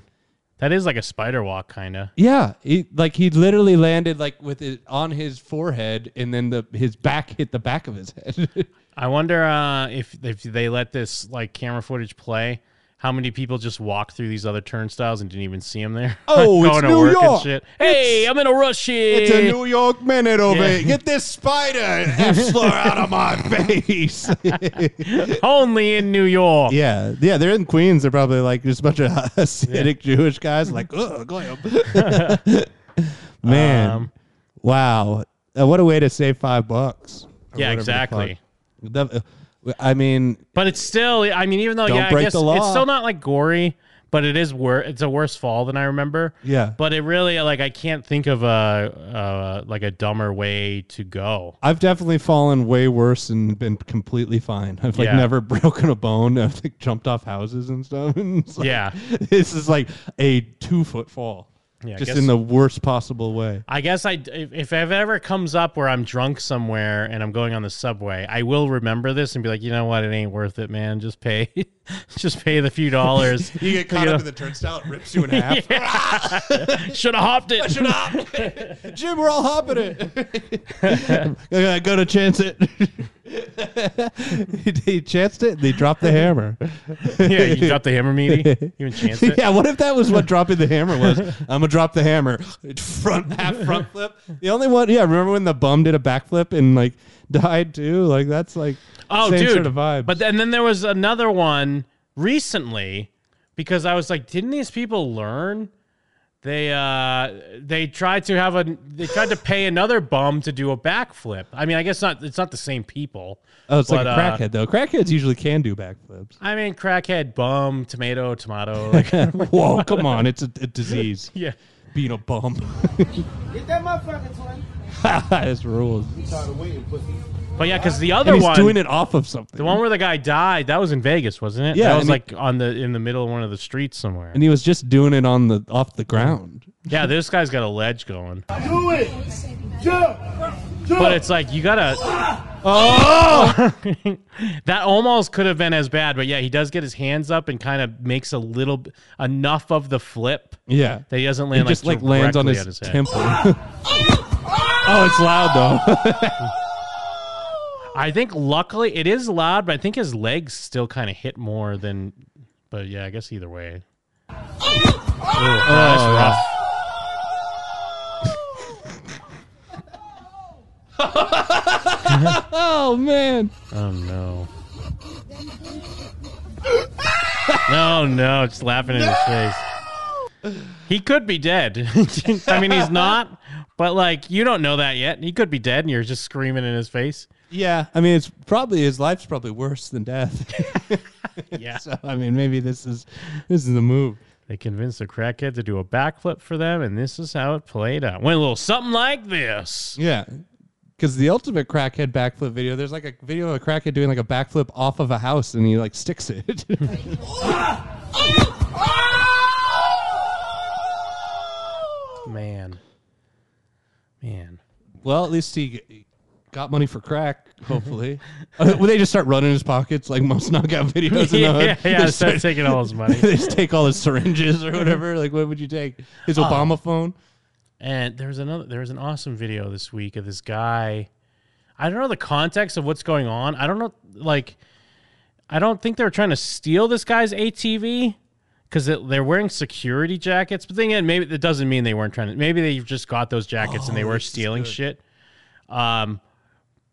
Speaker 5: That is like a spider walk, kind of.
Speaker 4: Yeah, he, like he literally landed like with it on his forehead, and then the his back hit the back of his head. *laughs*
Speaker 5: I wonder uh, if if they let this like camera footage play, how many people just walked through these other turnstiles and didn't even see him there? *laughs*
Speaker 4: Oh, it's
Speaker 5: Going to
Speaker 4: New
Speaker 5: work and
Speaker 4: York.
Speaker 5: shit. Hey, I'm in a rush here.
Speaker 4: It's a New York minute over
Speaker 5: Yeah.
Speaker 4: here. Get this spider F slur out of *laughs* my face.
Speaker 5: Only in New York.
Speaker 4: Yeah, yeah, they're in Queens. They're probably like just a bunch of *laughs* Hasidic Jewish guys.
Speaker 5: *laughs*
Speaker 4: Like, oh, *laughs* man,
Speaker 5: Um,
Speaker 4: wow, Uh, what a way to save five bucks. or whatever the
Speaker 5: Yeah,
Speaker 4: fuck.
Speaker 5: exactly.
Speaker 4: The- uh, I mean,
Speaker 5: But it's still, I mean, even though
Speaker 4: Don't
Speaker 5: yeah, I
Speaker 4: break
Speaker 5: guess
Speaker 4: the law.
Speaker 5: it's still not like gory, but it is wor- It's a worse fall than I remember.
Speaker 4: Yeah.
Speaker 5: But it really like I can't think of a uh, like a dumber way to go.
Speaker 4: I've definitely fallen way worse and been completely fine. *laughs* I've like
Speaker 5: Yeah.
Speaker 4: never broken a bone. I've like jumped off houses and stuff. *laughs* And it's like-
Speaker 5: Yeah.
Speaker 4: this is like a two foot fall,
Speaker 5: Yeah, I
Speaker 4: just
Speaker 5: guess-
Speaker 4: in the worst possible way.
Speaker 5: I guess I if, if it ever comes up where I'm drunk somewhere and I'm going on the subway, I will remember this and be like, you know what, it ain't worth it, man. Just pay, *laughs* just pay the few dollars.
Speaker 4: *laughs* You get caught up in the turnstile, it rips
Speaker 5: *laughs*
Speaker 4: you in half.
Speaker 5: Should have
Speaker 4: *laughs*
Speaker 5: hopped it.
Speaker 4: Should have. Jim, we're all hopping *laughs* it. I go to chance it. he, *laughs* he chanced it. And he dropped the hammer.
Speaker 5: *laughs* yeah, you dropped the
Speaker 4: *laughs*
Speaker 5: hammer, meaty. You enchant it.
Speaker 4: yeah, what if that was what dropping the hammer was? *laughs* I'm gonna drop the hammer. Front half front flip. The only one, yeah. Remember when the bum did a backflip and like died too? Like that's like
Speaker 5: Oh,
Speaker 4: same
Speaker 5: dude.
Speaker 4: sort of vibe.
Speaker 5: But then, then there was another one recently because I was like, didn't these people learn? They uh they tried to have a they tried to pay another bum to do a backflip. I mean, I guess not. It's not the same people.
Speaker 4: Oh, it's like a
Speaker 5: but, uh,
Speaker 4: crackhead though. Crackheads usually can do
Speaker 5: *laughs*
Speaker 4: backflips.
Speaker 5: I mean, crackhead, bum, tomato, tomato.
Speaker 4: *laughs*
Speaker 5: Like, *laughs*
Speaker 4: Whoa, come on, it's a, a disease.
Speaker 5: Yeah.
Speaker 4: being a bum.
Speaker 11: Get that motherfucker, twin.
Speaker 4: *laughs* That's rules.
Speaker 11: He started waiting, pussy.
Speaker 5: But yeah, because the other
Speaker 4: he's
Speaker 5: one
Speaker 4: doing it off of something.
Speaker 5: The one where the guy died, that was in Vegas, wasn't it?
Speaker 4: Yeah, I
Speaker 5: that was
Speaker 4: mean-
Speaker 5: like on the in the middle of one of the streets somewhere.
Speaker 4: And he was just doing it on the off the ground.
Speaker 5: Yeah, this guy's got a ledge going,
Speaker 13: Do it! Jump! Jump!
Speaker 5: but it's like you gotta.
Speaker 13: Oh!
Speaker 5: *laughs* that almost could have been as bad, but yeah, he does get his hands up and kind of makes a little b- enough of the flip.
Speaker 4: Yeah.
Speaker 5: that he doesn't
Speaker 4: He
Speaker 5: land like
Speaker 4: just, like, lands on
Speaker 5: directly
Speaker 4: his
Speaker 5: at head.
Speaker 4: temple. Oh, it's loud though. *laughs*
Speaker 5: I think luckily it is loud, but I think his legs still kind of hit more than. But yeah, I guess either way.
Speaker 13: Ah.
Speaker 5: Ooh, that's
Speaker 4: Oh,
Speaker 5: rough.
Speaker 4: oh man.
Speaker 5: Oh no. no, no, it's laughing in his face. He could be dead. *laughs* I mean, he's not, but like you don't know that yet. He could be dead, and you're just screaming in his face.
Speaker 4: Yeah, I mean, it's probably his life's probably worse than death.
Speaker 5: *laughs* yeah.
Speaker 4: *laughs* So I mean, maybe this is this is the move.
Speaker 5: They convinced the crackhead to do a backflip for them, and this is how it played out. Went a little something like this.
Speaker 4: Yeah. Because the ultimate crackhead backflip video, there's like a video of a crackhead doing like a backflip off of a house and he like sticks it. *laughs*
Speaker 5: Man. Man.
Speaker 4: well, at least he g- got money for crack, hopefully. *laughs* uh, well, they just start running his pockets like most knockout *laughs*
Speaker 5: *laughs*
Speaker 4: videos. in the hood.
Speaker 5: Yeah, yeah,
Speaker 4: They
Speaker 5: they start taking all his
Speaker 4: *laughs*
Speaker 5: money.
Speaker 4: they just take all his syringes or whatever. Like, what would you take? His
Speaker 5: Oh.
Speaker 4: Obama phone?
Speaker 5: And there was another there was an awesome video this week of this guy. I don't know the context of what's going on. I don't know like I don't think they were trying to steal this guy's ATV because they're wearing security jackets. But then again, maybe that doesn't mean they weren't trying to. Maybe they just got those jackets
Speaker 4: Oh,
Speaker 5: and they were stealing shit. Um,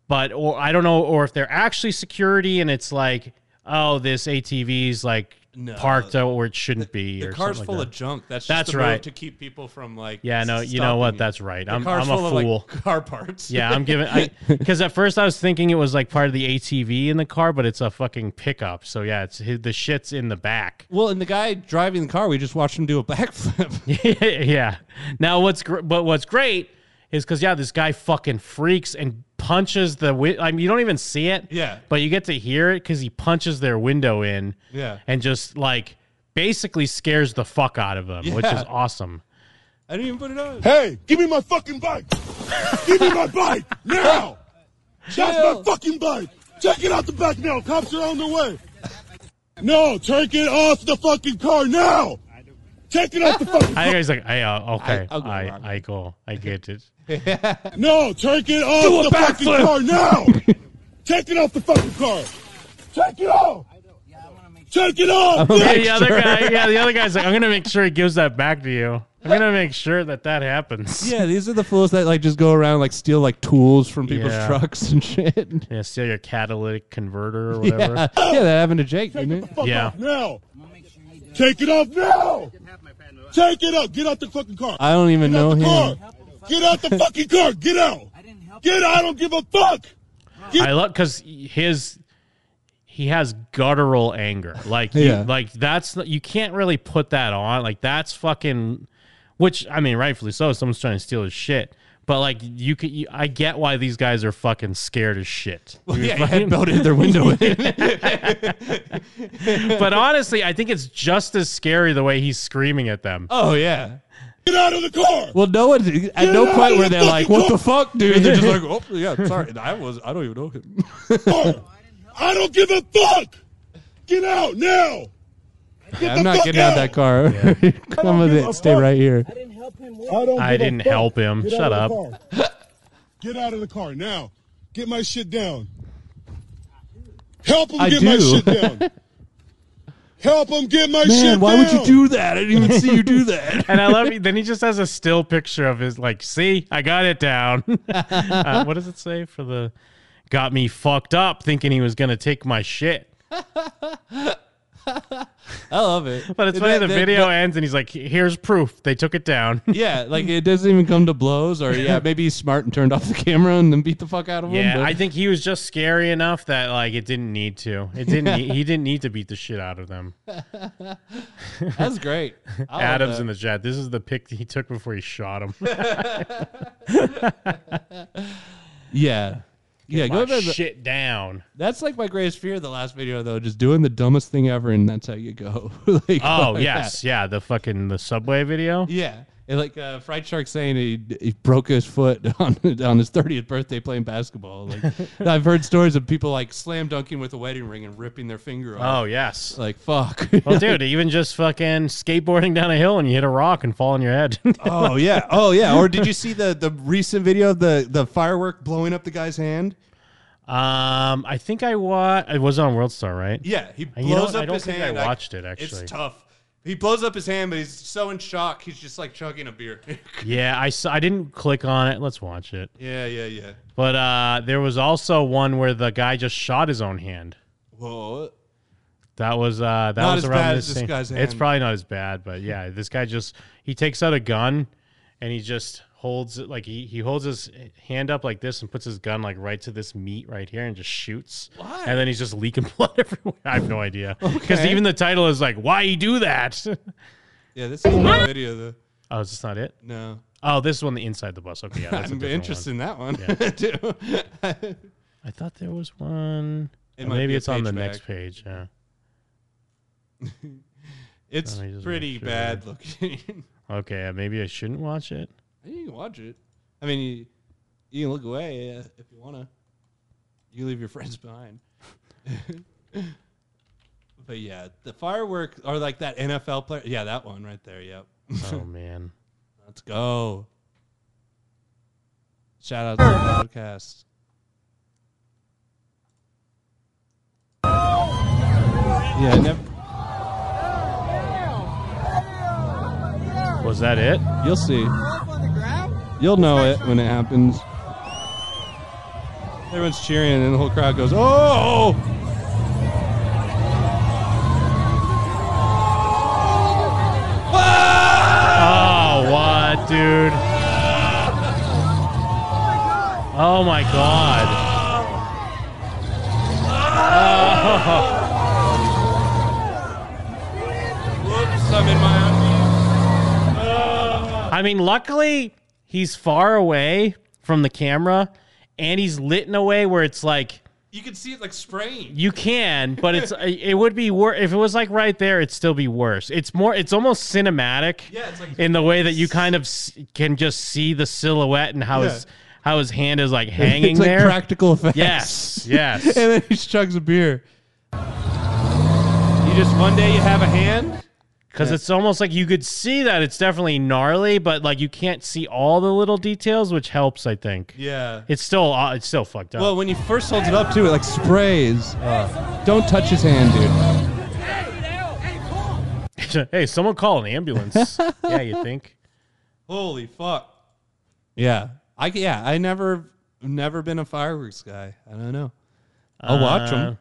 Speaker 5: but or I don't know, or if they're actually security and it's like, oh, this ATV's like parked out where it shouldn't be.
Speaker 4: The
Speaker 5: or
Speaker 4: car's
Speaker 5: something
Speaker 4: full
Speaker 5: like
Speaker 4: of
Speaker 5: that.
Speaker 4: junk. That's just
Speaker 5: that's
Speaker 4: the move
Speaker 5: right.
Speaker 4: to keep people from like.
Speaker 5: Yeah, no, you know
Speaker 4: stopping
Speaker 5: what? That's right.
Speaker 4: The
Speaker 5: I'm,
Speaker 4: car's
Speaker 5: I'm a
Speaker 4: full of, like,
Speaker 5: fool.
Speaker 4: *laughs* car parts.
Speaker 5: Yeah, I'm giving. Because at first I was thinking it was like part of the ATV in the car, but it's a fucking pickup. So yeah, it's hi- the shit's in the back.
Speaker 4: *laughs*
Speaker 5: *laughs*
Speaker 4: Well, and the guy driving the car, we just watched him do a backflip.
Speaker 5: yeah. Now what's gr- but what's great is because yeah, this guy fucking freaks and punches the. Wi- I mean, you don't even see it.
Speaker 4: Yeah.
Speaker 5: But you get to hear it because he punches their window in.
Speaker 4: Yeah.
Speaker 5: And just like basically scares the fuck out of them, which
Speaker 4: Yeah.
Speaker 5: is awesome.
Speaker 4: *laughs* I didn't even put it on.
Speaker 13: Hey, give me my fucking bike! give me my bike
Speaker 4: *laughs*
Speaker 13: now! That's my *laughs* fucking bike! Take it out the back now! Cops are on the way! No, take it off the fucking car now! Take it off the fucking
Speaker 5: I think he's like, I, uh, okay,
Speaker 13: I- I'll go
Speaker 5: I, I, go, I get it.
Speaker 13: No, oh, take it off
Speaker 5: Do a
Speaker 13: the fucking
Speaker 5: backflip.
Speaker 13: car now! take it off the fucking car! Take it off! Take it off!
Speaker 4: *laughs*
Speaker 5: yeah,
Speaker 13: bitch.
Speaker 5: the other guy, yeah, the other guy's like, I'm gonna make sure he gives that back to you. I'm gonna make sure that
Speaker 4: *laughs*
Speaker 5: that happens.
Speaker 4: Yeah, these are the fools that like just go around like steal like tools from people's
Speaker 5: Yeah.
Speaker 4: trucks and *laughs* shit.
Speaker 5: Yeah, steal your catalytic converter or whatever.
Speaker 4: *laughs* Yeah, yeah, that happened to Jake, didn't it?
Speaker 13: Fuck
Speaker 5: Yeah.
Speaker 13: off now! Take it off now! Take it off! Get out the fucking car!
Speaker 4: I don't even know him.
Speaker 13: Get out the fucking car! Get out! Get out! I don't give a fuck!
Speaker 5: I love because his he has guttural anger. Like, you-
Speaker 4: Yeah.
Speaker 5: like that's you can't really put that on. Like that's fucking. Which I mean, rightfully so. Someone's trying to steal his shit. But like you could, you, I get why these guys are fucking scared
Speaker 4: *laughs*
Speaker 5: as shit.
Speaker 4: *laughs* Well, yeah, he had belted their window *laughs* in.
Speaker 5: but honestly, I think it's just as scary the way he's screaming at them.
Speaker 4: Oh yeah.
Speaker 13: Get out of the car!
Speaker 4: Well, no one at
Speaker 13: Get
Speaker 4: no
Speaker 13: out
Speaker 4: point
Speaker 13: of
Speaker 4: were
Speaker 13: the
Speaker 4: they like,
Speaker 13: fucking
Speaker 4: "What the
Speaker 13: car!"
Speaker 4: fuck, dude?" *laughs* They're just like, "Oh yeah, sorry, I was, I don't even know him."
Speaker 13: I don't give a fuck! Get out now!
Speaker 4: Yeah, *laughs*
Speaker 13: the
Speaker 4: I'm not
Speaker 13: fuck
Speaker 4: getting out of that car. *laughs* I'm gonna stay right here.
Speaker 13: I don't.
Speaker 5: I
Speaker 13: give a
Speaker 5: didn't
Speaker 13: fuck.
Speaker 5: help him.
Speaker 13: Get
Speaker 5: Shut
Speaker 13: out of
Speaker 4: *laughs*
Speaker 13: the car. Get out of the car now. Get my shit down. Help him
Speaker 4: I
Speaker 13: get my
Speaker 4: do. *laughs*
Speaker 13: shit down. Help him get my shit
Speaker 4: Man,
Speaker 13: down.
Speaker 4: why would you do that? I didn't even see you *laughs* do that.
Speaker 5: And I love. Then he just has a still picture of his. Like, see, I got it down. *laughs* uh, what does it say for the? Got me fucked up, thinking he was gonna take my shit.
Speaker 4: I love it.
Speaker 5: But it's
Speaker 4: And
Speaker 5: funny.
Speaker 4: that-
Speaker 5: the
Speaker 4: that-
Speaker 5: video
Speaker 4: that-
Speaker 5: ends, and he's like, "Here's proof. They took it down."
Speaker 4: yeah, like it doesn't even come to blows, or *laughs* yeah, maybe he's smart and turned off the camera and then beat the fuck out of him.
Speaker 5: *laughs* Yeah,
Speaker 4: but-
Speaker 5: I think he was just scary enough that like it didn't need to. It didn't. *laughs* need- he didn't need to beat the shit out of them.
Speaker 4: That's great. I love
Speaker 5: Adams
Speaker 4: that.
Speaker 5: in the chat. This is the pic he took before he shot him.
Speaker 4: Yeah.
Speaker 5: Get
Speaker 4: Yeah, go
Speaker 5: my
Speaker 4: to the-
Speaker 5: shit down.
Speaker 4: That's like my greatest fear. The last video though, just doing the dumbest thing ever, and that's how you go. *laughs* Like,
Speaker 5: Oh
Speaker 4: like
Speaker 5: yes,
Speaker 4: that.
Speaker 5: yeah, the fucking the subway video.
Speaker 4: yeah. And like uh, Fried Shark saying he, he broke his foot *laughs* on on his thirtieth birthday playing basketball.
Speaker 5: *laughs*
Speaker 4: Like I've heard stories of people like slam dunking with a wedding ring and ripping their finger off.
Speaker 5: Oh yes.
Speaker 4: Like fuck.
Speaker 5: Well, dude, even just fucking skateboarding down a hill and you hit a rock and fall on your head. *laughs*
Speaker 4: Oh yeah. Oh yeah. Or did you see the the recent video of the the firework blowing up the guy's hand?
Speaker 5: Um, I think I watched. It was on World Star, right?
Speaker 4: Yeah, he blows
Speaker 5: And you know what?
Speaker 4: up
Speaker 5: I don't
Speaker 4: his
Speaker 5: think
Speaker 4: hand.
Speaker 5: I watched it actually.
Speaker 4: It's tough. He blows up his hand, but he's so in shock, he's just like chugging a beer. *laughs*
Speaker 5: Yeah, I saw, I didn't click on it. Let's watch it.
Speaker 4: yeah, yeah, yeah.
Speaker 5: But uh, there was also one where the guy just shot his own hand.
Speaker 4: Whoa.
Speaker 5: That was uh, that
Speaker 4: Not
Speaker 5: was
Speaker 4: as
Speaker 5: around
Speaker 4: bad
Speaker 5: this,
Speaker 4: as this
Speaker 5: same-
Speaker 4: guy's
Speaker 5: It's
Speaker 4: hand.
Speaker 5: probably not as bad, but yeah, this guy just he takes out a gun and he just holds it like he, he holds his hand up like this and puts his gun like right to this meat right here and just shoots.
Speaker 4: Why?
Speaker 5: And then he's just leaking *laughs* blood everywhere. I have no idea
Speaker 4: *laughs*
Speaker 5: because
Speaker 4: Okay.
Speaker 5: even the title is like, "Why you do that?" *laughs*
Speaker 4: Yeah, this is a video though.
Speaker 5: oh, is this not it?
Speaker 4: No.
Speaker 5: Oh, this is one the inside the bus. Okay,
Speaker 4: *laughs*
Speaker 5: yeah, that's a
Speaker 4: I'm
Speaker 5: different
Speaker 4: interested in that one *laughs*
Speaker 5: Yeah.
Speaker 4: too.
Speaker 5: I thought there was one.
Speaker 4: It
Speaker 5: Or
Speaker 4: might
Speaker 5: maybe
Speaker 4: be a
Speaker 5: it's on the
Speaker 4: page
Speaker 5: next
Speaker 4: back.
Speaker 5: page. Yeah.
Speaker 4: it's
Speaker 5: *laughs* Let me just make
Speaker 4: pretty
Speaker 5: sure.
Speaker 4: bad looking. *laughs*
Speaker 5: Okay, uh, maybe I shouldn't watch it. *laughs*
Speaker 4: you can watch it. I mean, you, you can look away uh, if you wanna. You leave your friends behind. *laughs* but yeah, the firework or like that NFL player. Yeah, that one right there. Yep.
Speaker 5: Oh man.
Speaker 4: Let's go. Shout out to the podcast. Yeah, I never.
Speaker 5: Was that it?
Speaker 4: You'll see. You'll know it when it happens. Everyone's cheering, and the whole crowd goes, "Oh!"
Speaker 5: Oh, what, dude? Oh my god. Oh.
Speaker 4: Whoops! I'm in my.
Speaker 5: I mean, luckily he's far away from the camera and he's lit in a way where it's like
Speaker 4: You can see it like spraying.
Speaker 5: you can, but it's *laughs* it would be worse if it was like right there. It'd still be worse. It's more. It's almost cinematic.
Speaker 4: Yeah, it's like-
Speaker 5: in the way that you kind of s- can just see the silhouette and how
Speaker 4: Yeah.
Speaker 5: his how his hand is like
Speaker 4: *laughs*
Speaker 5: hanging
Speaker 4: it's like
Speaker 5: there.
Speaker 4: Practical effects. *laughs*
Speaker 5: Yes,
Speaker 4: and
Speaker 5: yes.
Speaker 4: then he chugs a beer. You just one day you have a hand.
Speaker 5: Because it's almost like you could see that it's definitely gnarly, but like you can't see all the little details, which helps. I think.
Speaker 4: Yeah.
Speaker 5: It's still uh, it's still fucked up.
Speaker 4: Well, when he first holds it up too, it like sprays. Don't touch his hand, dude.
Speaker 5: *laughs* hey, someone call an ambulance. yeah, you think?
Speaker 4: Holy fuck. Yeah. I yeah, I never never been a fireworks guy. I don't know. I'll watch 'em.
Speaker 5: Uh,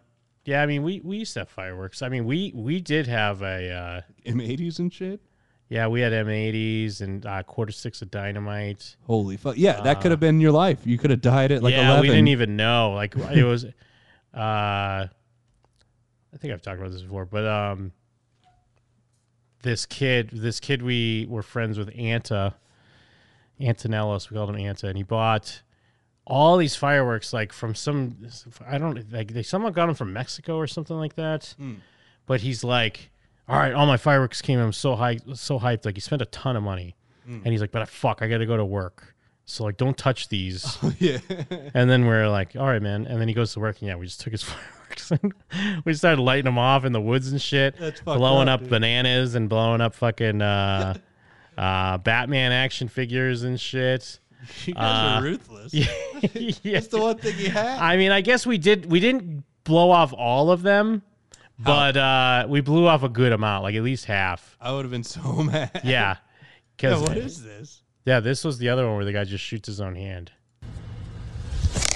Speaker 5: Yeah, I mean we we used to have fireworks. I mean we we did have a uh,
Speaker 4: M80s and shit.
Speaker 5: Yeah, we had M80s and uh, quarter sticks of dynamite.
Speaker 4: Holy fuck. Yeah, that
Speaker 5: Uh,
Speaker 4: could have been your life. You could have died at like
Speaker 5: yeah,
Speaker 4: 11.
Speaker 5: we didn't even know. Like it was, uh, I think I've talked about this before, but um, this kid, this kid, we were friends with Anta, Antonellos. We called him Anta, and he bought all these fireworks like from some I don't like they somehow got them from Mexico or something like that. But he's like, all right, all my fireworks came. I'm so hyped, so hyped. Like he spent a ton of money,
Speaker 4: Mm.
Speaker 5: and he's like, but fuck, I got to go to work. So like, don't touch these.
Speaker 4: *laughs* yeah.
Speaker 5: And then we're like, all right, man. And then he goes to work, and yeah, we just took his *laughs* fireworks and we started lighting them off in the woods and shit,
Speaker 4: That's fucked
Speaker 5: blowing
Speaker 4: up,
Speaker 5: up,
Speaker 4: dude.
Speaker 5: bananas and blowing up fucking
Speaker 4: *laughs*
Speaker 5: uh, uh, Batman action figures and shit.
Speaker 4: You guys
Speaker 5: Uh,
Speaker 4: are ruthless.
Speaker 5: *laughs* yeah.
Speaker 4: That's the one thing you had.
Speaker 5: *laughs* I mean, I guess we did. We didn't blow off all of them, but uh, we blew off a good amount, like at least half.
Speaker 4: I would have been so mad.
Speaker 5: Yeah,
Speaker 4: *laughs* Yeah,
Speaker 5: because
Speaker 4: what is this?
Speaker 5: yeah, this was the other one where the guy just shoots his own hand,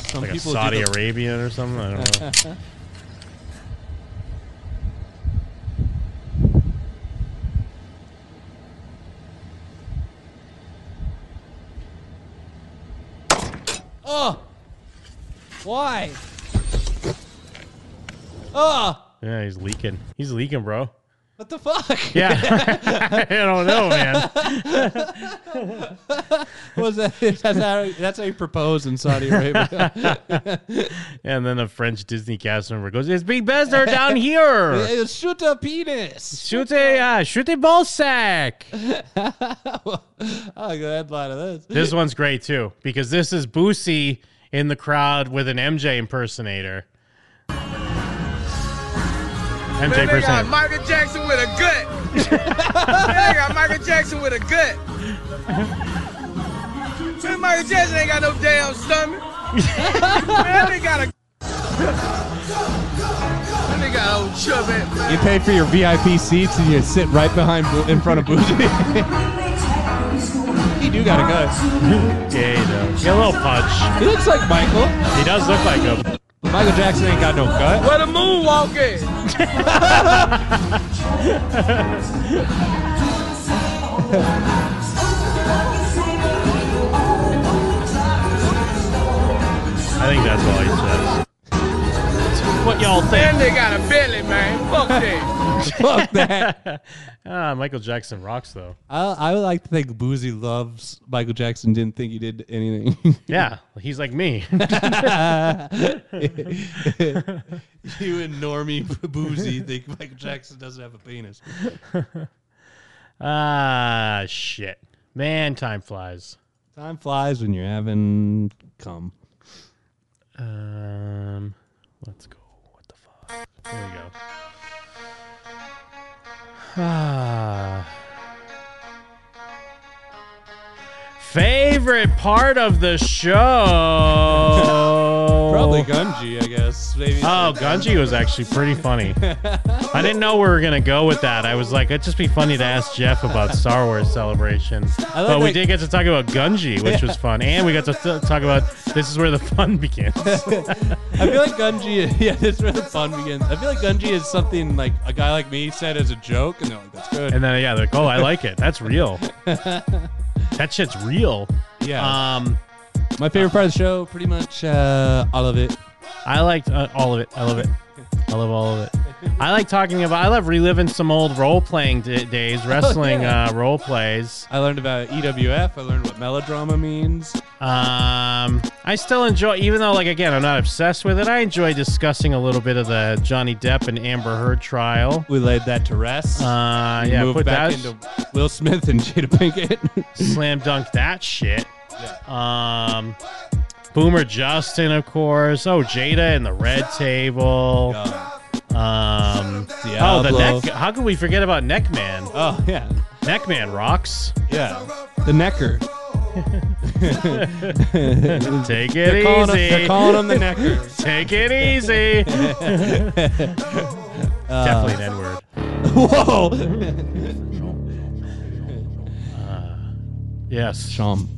Speaker 4: Some
Speaker 5: like a
Speaker 4: people do
Speaker 5: Saudi
Speaker 4: the-
Speaker 5: Arabian or something. I
Speaker 4: *laughs*
Speaker 5: don't know.
Speaker 4: Oh. Why? Oh.
Speaker 5: yeah, he's leaking. He's leaking, bro.
Speaker 4: What the fuck?
Speaker 5: *laughs* Yeah. I don't know, man.
Speaker 4: *laughs* Was that, that's, how, that's how you propose in Saudi
Speaker 5: *laughs*
Speaker 4: Arabia. *laughs*
Speaker 5: and then a French Disney cast member goes, "It's Big Bester down *laughs* here.
Speaker 4: Shoot a penis.
Speaker 5: Shoot a uh, shoot a ball sack."
Speaker 4: I like the headline of this.
Speaker 5: This one's great too because this is Boosie in the crowd with an MJ impersonator. MJ
Speaker 10: they got
Speaker 5: impersonator.
Speaker 10: Michael Jackson with a gut. they got Michael Jackson with a gut. See, Michael Jackson ain't got no damn stomach. Man, they got a. That nigga got old chubby.
Speaker 14: You pay for your VIP seats and you sit right behind Bo- in front of
Speaker 4: *laughs*
Speaker 14: Boozy.
Speaker 4: You do gotta
Speaker 5: go. yeah, he does. Get a little punch.
Speaker 4: He looks like Michael.
Speaker 5: He does look like him.
Speaker 14: Michael Jackson ain't got no gut.
Speaker 10: Where the moonwalk is.
Speaker 5: I think that's all he says. What y'all
Speaker 10: That
Speaker 5: think?
Speaker 10: nigga got a belly, man. Fuck that.
Speaker 4: Fuck *laughs* that.
Speaker 5: ah, Michael Jackson rocks though.
Speaker 4: I, I would like to think Boozy loves Michael Jackson. Didn't think he did *laughs* anything.
Speaker 5: Yeah, he's like me.
Speaker 4: you and Normie Boozy think Michael Jackson doesn't have a penis.
Speaker 5: ah, shit. Man, time flies.
Speaker 4: Time flies when you're having cum.
Speaker 5: Um, let's go. What the fuck? There we go. Ah. Favorite part of the show?
Speaker 4: Probably Gunji, I guess. Maybe
Speaker 5: Oh, Gunji was actually pretty funny. I didn't know we were gonna go with that. I was like, it'd just be funny to ask Jeff about Star Wars Celebration,
Speaker 4: I like
Speaker 5: but we
Speaker 4: that-
Speaker 5: did get to talk about Gunji, which
Speaker 4: Yeah.
Speaker 5: was fun, and we got to t- talk about this is where the fun *laughs* begins.
Speaker 4: I feel like Gunji. *laughs* Yeah, that's where the fun begins. I feel like Gunji is something like a guy like me said as a joke, and they're like, "That's good."
Speaker 5: And then yeah, they're like, oh, I like it. That's real. that shit's real.
Speaker 4: Yeah.
Speaker 5: Um,
Speaker 4: my favorite part of the show, pretty much uh, all of it.
Speaker 5: I liked uh, all of it. I love it. I love all of it. I like talking about. I love reliving some old role playing d-
Speaker 4: *laughs*
Speaker 5: days, wrestling
Speaker 4: Oh, yeah.
Speaker 5: uh, role plays.
Speaker 4: I learned about EWF. I learned what melodrama means.
Speaker 5: Um, I still enjoy, even though, like, again, I'm not obsessed with it. I enjoy discussing a little bit of the Johnny Depp and Amber Heard trial.
Speaker 4: We laid that to rest.
Speaker 5: Uh,
Speaker 4: We
Speaker 5: yeah,
Speaker 4: moved
Speaker 5: put
Speaker 4: back
Speaker 5: that
Speaker 4: into Will Smith and *laughs* Jada Pinkett.
Speaker 5: slam dunk that shit. Um, Boomer Justin, of course. Oh, Jada and the Red Table. Um, *laughs* oh, the
Speaker 4: Diablo.
Speaker 5: neck. How could we forget about Neckman?
Speaker 4: Oh yeah,
Speaker 5: Neckman rocks.
Speaker 4: Yeah, the necker.
Speaker 5: Take it
Speaker 4: They're calling him-
Speaker 5: easy.
Speaker 4: they're calling him the
Speaker 5: *laughs*
Speaker 4: necker.
Speaker 5: Take it easy.
Speaker 4: *laughs* Uh,
Speaker 5: Definitely an N
Speaker 4: Whoa.
Speaker 5: word. Yes.
Speaker 4: Shum.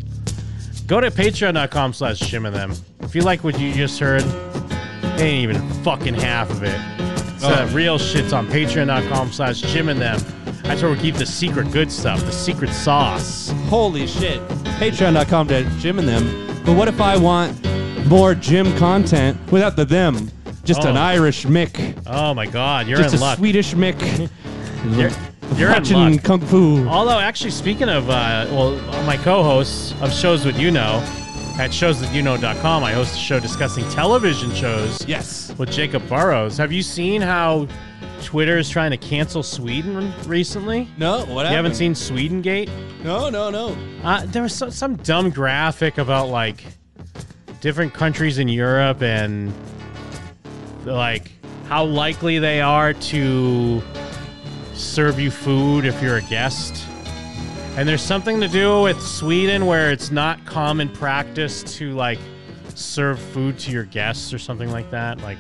Speaker 5: Go to patreon.com slash shim and them. If you like what you just heard, it ain't even fucking half of it. So
Speaker 4: Oh.
Speaker 5: the real shit's on patreon.com slash shim and them. That's where we keep the secret good stuff, the secret sauce.
Speaker 4: Holy shit. Patreon.com to Jim and them. But what if I want more Jim content without the them? Just an
Speaker 5: Oh.
Speaker 4: Irish Mick.
Speaker 5: Oh my god, you're
Speaker 4: just
Speaker 5: in
Speaker 4: a
Speaker 5: luck.
Speaker 4: Swedish Mick.
Speaker 5: You're- you're in
Speaker 4: watching
Speaker 5: luck. Oh.
Speaker 4: kung fu.
Speaker 5: Although, actually, speaking of, uh, well, my co hosts of shows with you know, at showsthatyouknow.com, I host a show discussing television shows.
Speaker 4: Yes.
Speaker 5: With Jacob Burrows. Have you seen how Twitter is trying to cancel Sweden recently?
Speaker 4: No, what happened?
Speaker 5: You haven't seen Sweden Gate?
Speaker 4: No, no, no.
Speaker 5: Uh, there was some, some dumb graphic about like different countries in Europe and like how likely they are to serve you food if you're a guest. And there's something to do with Sweden where it's not common practice to like serve food to your guests or something like that. Like,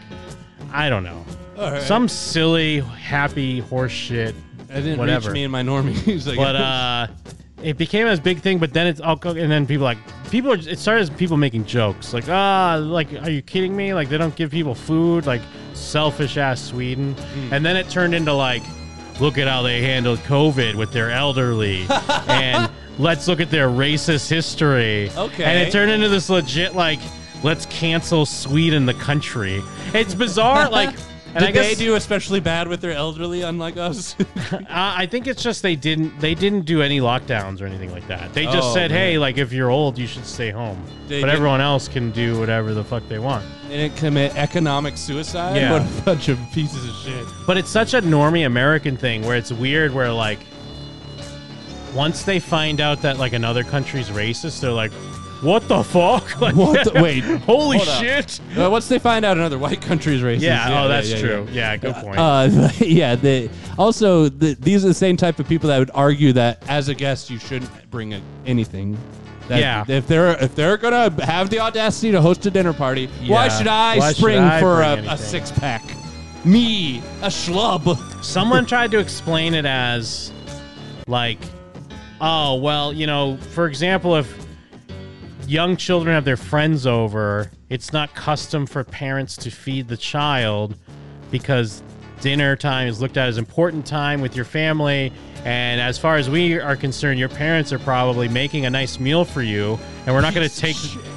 Speaker 5: I don't know.
Speaker 4: All right.
Speaker 5: Some silly, happy horse shit.
Speaker 4: I didn't
Speaker 5: whatever
Speaker 4: reach me and my normies. *laughs* I
Speaker 5: but
Speaker 4: guess.
Speaker 5: uh, it became this big thing. But then it's all co- and then people like people. Are, it started as people making jokes like ah, like are you kidding me? Like they don't give people food. Like selfish ass Sweden.
Speaker 4: Hmm.
Speaker 5: And then it turned into like, look at how they handled COVID with
Speaker 4: *laughs*
Speaker 5: their elderly and. Let's look at their racist history.
Speaker 4: Okay.
Speaker 5: And it turned into
Speaker 4: *laughs*
Speaker 5: this legit, like, let's cancel Sweden, the country. It's bizarre. like, And
Speaker 4: Did
Speaker 5: I guess
Speaker 4: they do especially bad with their elderly, unlike us? *laughs*
Speaker 5: uh, I think it's just they didn't they didn't do any lockdowns or anything like that. They just
Speaker 4: Oh,
Speaker 5: said,
Speaker 4: man.
Speaker 5: hey, like if you're old, you should stay home.
Speaker 4: They
Speaker 5: but
Speaker 4: did-
Speaker 5: everyone else can do whatever the fuck they want.
Speaker 4: they didn't commit economic suicide?
Speaker 5: Yeah.
Speaker 4: What a bunch of pieces of shit.
Speaker 5: But it's such a normie American thing where it's weird where like once they find out that like another country's racist, they're like, what the fuck? *laughs* Like,
Speaker 4: What the- wait,
Speaker 5: holy
Speaker 4: hold up.
Speaker 5: shit!
Speaker 4: Uh, once they find out another white country's racist.
Speaker 5: Yeah, oh, that's true. Yeah, good point.
Speaker 4: Uh, *laughs* yeah, they, also, the, these are the same type of people that would argue that as a guest, you shouldn't bring a, anything. That
Speaker 5: Yeah.
Speaker 4: If they're if they're gonna have the audacity to host a dinner party, why
Speaker 5: Yeah.
Speaker 4: should I
Speaker 5: Why should
Speaker 4: spring
Speaker 5: I
Speaker 4: for
Speaker 5: bring
Speaker 4: a,
Speaker 5: anything?
Speaker 4: a six pack? Me, a schlub.
Speaker 5: Someone tried to explain it as like, oh, well, you know, for example, if young children have their friends over, it's not custom for parents to feed the child because dinner time is looked at as important time with your family. And as far as we are concerned, your parents are probably making a nice meal for you, and we're not going to take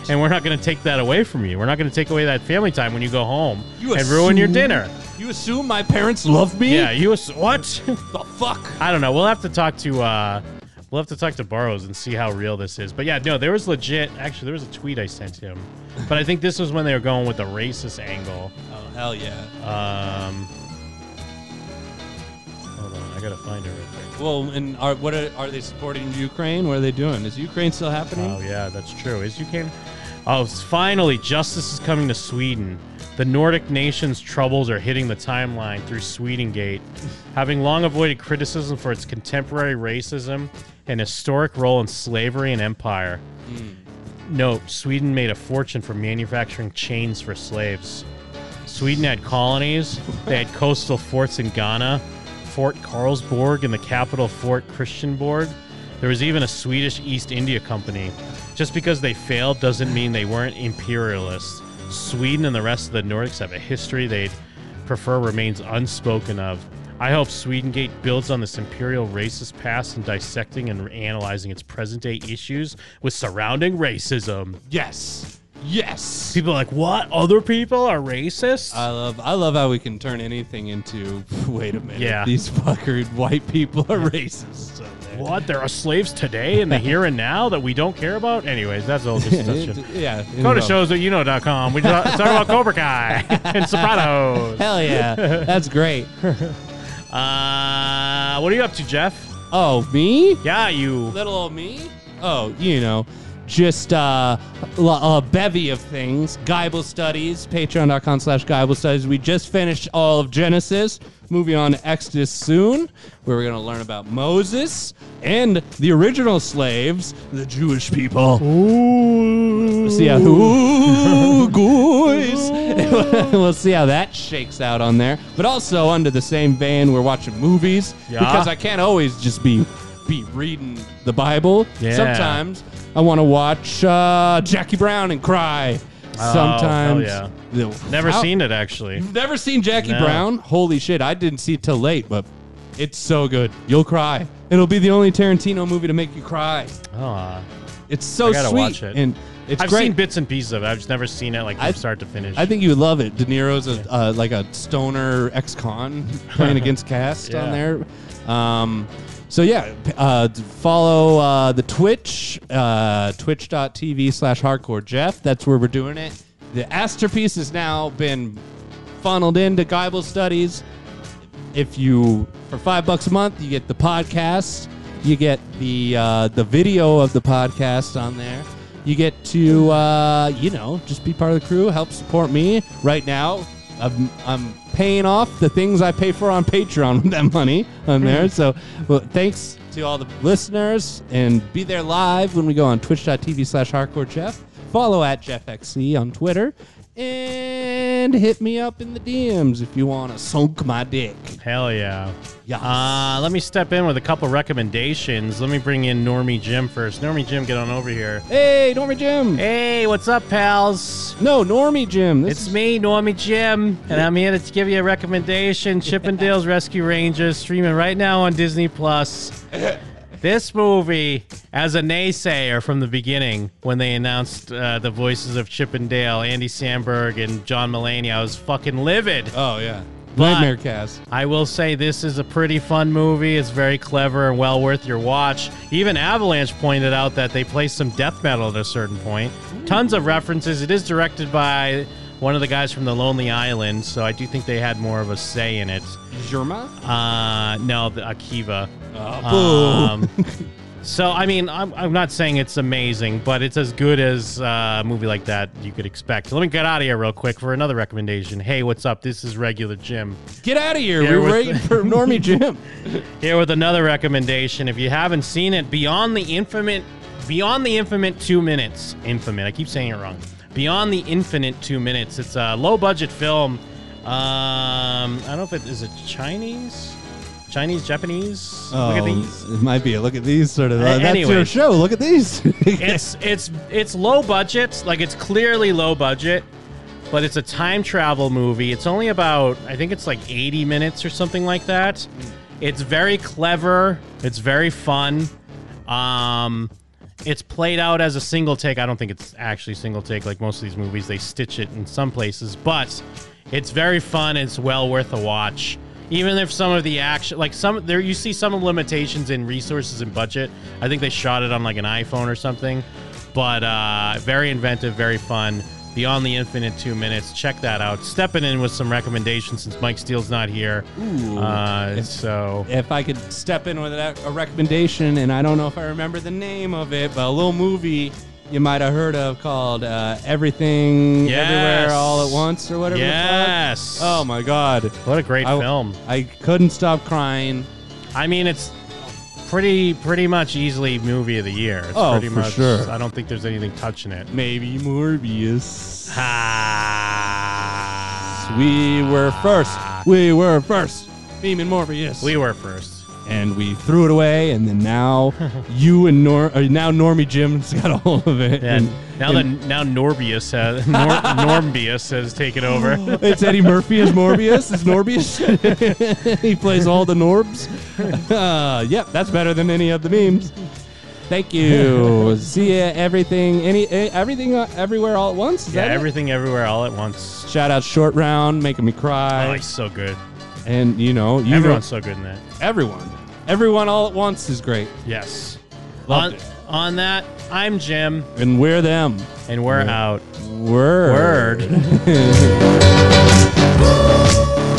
Speaker 5: and we're not going to take that away from you. We're not going to take away that family time when you go home and ruin your
Speaker 4: assume-
Speaker 5: dinner.
Speaker 4: You assume my parents love me?
Speaker 5: Yeah, you ass- what? *laughs*
Speaker 4: the fuck?
Speaker 5: I don't know. We'll have to talk to uh we'll have to talk to Burrows and see how real this is. But yeah, no, there was legit actually there was a tweet I sent him. But I think this was when they were going with the racist angle.
Speaker 4: Oh hell yeah.
Speaker 5: Um Hold on, I gotta find it right quick.
Speaker 4: Well, and are what are, are they supporting Ukraine? What are they doing? Is Ukraine still happening?
Speaker 5: Oh yeah, that's true. Is you came Oh s- finally justice is coming to Sweden. The Nordic nations' troubles are hitting the timeline through Swedengate, having long avoided criticism for its contemporary racism and historic role in slavery and empire. Note, Sweden made a fortune from manufacturing chains for slaves. Sweden had colonies. They had coastal forts in Ghana, Fort Carlsborg, and the capital Fort Christianborg. There was even a Swedish East India Company. Just because they failed doesn't mean they weren't imperialists. Sweden and the rest of the Nordics have a history they'd prefer remains unspoken of. I hope Swedengate builds on this imperial racist past in dissecting and analyzing its present day issues with surrounding racism.
Speaker 4: Yes. Yes.
Speaker 5: People are like, what? Other people are racist?
Speaker 4: I love I love how we can turn anything into *laughs* wait a minute.
Speaker 5: Yeah.
Speaker 4: These fucker white people are racist.
Speaker 5: What? There are slaves today in the here and now that we don't care about? Anyways, that's all
Speaker 4: Yeah,
Speaker 5: this *laughs* discussion.
Speaker 4: it- yeah,
Speaker 5: Go to
Speaker 4: involved.
Speaker 5: shows that you know.com. We talk, talk about Cobra *laughs* Kai and Sopranos.
Speaker 4: Hell
Speaker 5: *laughs*
Speaker 4: yeah. That's great.
Speaker 5: uh, what are you up to, Jeff?
Speaker 4: Oh, me?
Speaker 5: Yeah, you.
Speaker 4: Little old me? Oh, you know, just uh, l- a bevy of things. Geibel Studies, patreon.com slash Geibel Studies. We just finished all of Genesis. Moving on to Exodus soon, where we're going to learn about Moses and the original slaves, the Jewish people. Ooh. See how,
Speaker 5: *laughs*
Speaker 4: ooh, guys. *laughs* we'll see how that shakes out on there. But also, under the same vein, we're watching movies
Speaker 5: Yeah.
Speaker 4: because I can't always just be be reading the Bible.
Speaker 5: Yeah.
Speaker 4: Sometimes I want to watch uh, Jackie Brown and cry.
Speaker 5: Oh,
Speaker 4: Sometimes,
Speaker 5: hell
Speaker 4: The-
Speaker 5: yeah. Never
Speaker 4: How-
Speaker 5: seen it, actually.
Speaker 4: You've never seen Jackie
Speaker 5: No.
Speaker 4: Brown? Holy shit! I didn't see it till late, but it's so good. You'll cry. It'll be the only Tarantino movie to make you cry.
Speaker 5: Oh,
Speaker 4: It's so
Speaker 5: I gotta
Speaker 4: sweet,
Speaker 5: watch it.
Speaker 4: and it's
Speaker 5: I've
Speaker 4: great.
Speaker 5: seen bits and pieces of it. I've just never seen it like from start to finish.
Speaker 4: I think you would love it. De Niro's a, uh, like a stoner ex-con playing against Cast on
Speaker 5: Yeah.
Speaker 4: there. Um, so yeah, p- uh, d- follow uh, the Twitch, uh, twitch.tv slash hardcore Jeff. That's where we're doing it. The Astropiece has now been funneled into Geibel Studies. If you, for five bucks a month, you get the podcast. You get the uh, the video of the podcast on there. You get to uh, you know just be part of the crew, help support me. Right now, I'm, I'm paying off the things I pay for on Patreon with that money on there. So, well, thanks to all the listeners, and be there live when we go on Twitch.tv/HardcoreJeff. slash Hardcore Jeff. Follow at JeffXC on Twitter, and hit me up in the DMs if you want to soak my dick.
Speaker 5: Hell yeah.
Speaker 4: Yes.
Speaker 5: Uh, let me step in with a couple recommendations. Let me bring in Normie Jim first. Normie Jim, get on over here.
Speaker 4: Hey, Normie Jim.
Speaker 5: Hey, what's up, pals?
Speaker 4: No, Normie Jim. This
Speaker 5: It's me, Normie Jim, and I'm here to give you a recommendation. Chippendales Rescue Rangers streaming right now on Disney Plus. This movie, as a naysayer from the beginning, when they announced uh, the voices of Chippendale, Andy Samberg, and John Mulaney, I was fucking livid.
Speaker 4: Oh yeah. Nightmare Cast.
Speaker 5: I will say this is a pretty fun movie. It's very clever and well worth your watch. Even Avalanche pointed out that they play some death metal at a certain point. Tons of references. It is directed by one of the guys from the Lonely Island, so I do think they had more of a say in it.
Speaker 4: Jerma?
Speaker 5: Uh, no, the Akiva. Um,
Speaker 4: Oh, boo.
Speaker 5: so I mean, I'm, I'm not saying it's amazing, but it's as good as uh, a movie like that you could expect. Let me get out of here real quick for another recommendation. Hey, what's up? This is regular Jim.
Speaker 4: Get out of here.
Speaker 5: Here
Speaker 4: We're
Speaker 5: with-
Speaker 4: waiting for *laughs* Normie Jim.
Speaker 5: Here with another recommendation. If you haven't seen it, Beyond the Infinite, Beyond the Infinite Two Minutes, Infinite. I keep saying it wrong. Beyond the Infinite Two Minutes. It's a low budget film. Um, I don't know if it is it Chinese, Chinese, Japanese. Look
Speaker 4: Oh.
Speaker 5: at these.
Speaker 4: *laughs* It might be. Look at these sort of. uh,
Speaker 5: A-
Speaker 4: that's your
Speaker 5: anyways.
Speaker 4: show. Look at these. *laughs*
Speaker 5: it's it's it's low budget. Like it's clearly low budget, but it's a time travel movie. It's only about I think it's like 80 minutes or something like that. It's very clever. It's very fun. Um, it's played out as a single take. I don't think it's actually single take like most of these movies. They stitch it in some places, but it's very fun. It's well worth a watch. Even if some of the action, like some there, you see some limitations in resources and budget. I think they shot it on like an iPhone or something, but uh, very inventive, very fun. Beyond the Infinite Two Minutes, check that out. Stepping in with some recommendations since Mike Steele's not here.
Speaker 4: Ooh.
Speaker 5: Uh, so
Speaker 4: if I could step in with that, a recommendation, and I don't know if I remember the name of it, but a little movie you might have heard of called uh, Everything
Speaker 5: Yes.
Speaker 4: Everywhere All at Once or whatever.
Speaker 5: Yes.
Speaker 4: It's called. Oh my God.
Speaker 5: What a great
Speaker 4: I-
Speaker 5: film.
Speaker 4: I couldn't stop crying.
Speaker 5: I mean, it's pretty pretty much easily movie of the year. It's
Speaker 4: Oh,
Speaker 5: pretty
Speaker 4: for
Speaker 5: much,
Speaker 4: sure.
Speaker 5: I don't think there's anything touching it.
Speaker 4: Maybe Morbius. We were first. We were first. Meme and Morbius.
Speaker 5: We were first.
Speaker 4: And we threw it away, and then now
Speaker 5: *laughs*
Speaker 4: you and Nor or now Normie Jim's got a hold of it.
Speaker 5: Yeah.
Speaker 4: and-
Speaker 5: now that now Norbius has *laughs* Nor, Normbius has taken over.
Speaker 4: it's Eddie Murphy as Morbius. *laughs* It's Norbius. he plays all the Norbs. Uh, yep, that's better than any of the memes. Thank
Speaker 5: *laughs*
Speaker 4: you. See ya, everything, any, eh, everything, uh, everywhere, all at once. Is
Speaker 5: *laughs* yeah,
Speaker 4: that it?
Speaker 5: everything everywhere all at once.
Speaker 4: Shout out Short Round, making me cry.
Speaker 5: Oh, he's so good.
Speaker 4: And you know, you
Speaker 5: Everyone's so good in that.
Speaker 4: Everyone, everyone, all at once is great.
Speaker 5: Yes.
Speaker 4: Loved
Speaker 5: on, on that, I'm Jim,
Speaker 4: And we're them.
Speaker 5: and *laughs* we're out.
Speaker 4: Word.
Speaker 5: Word.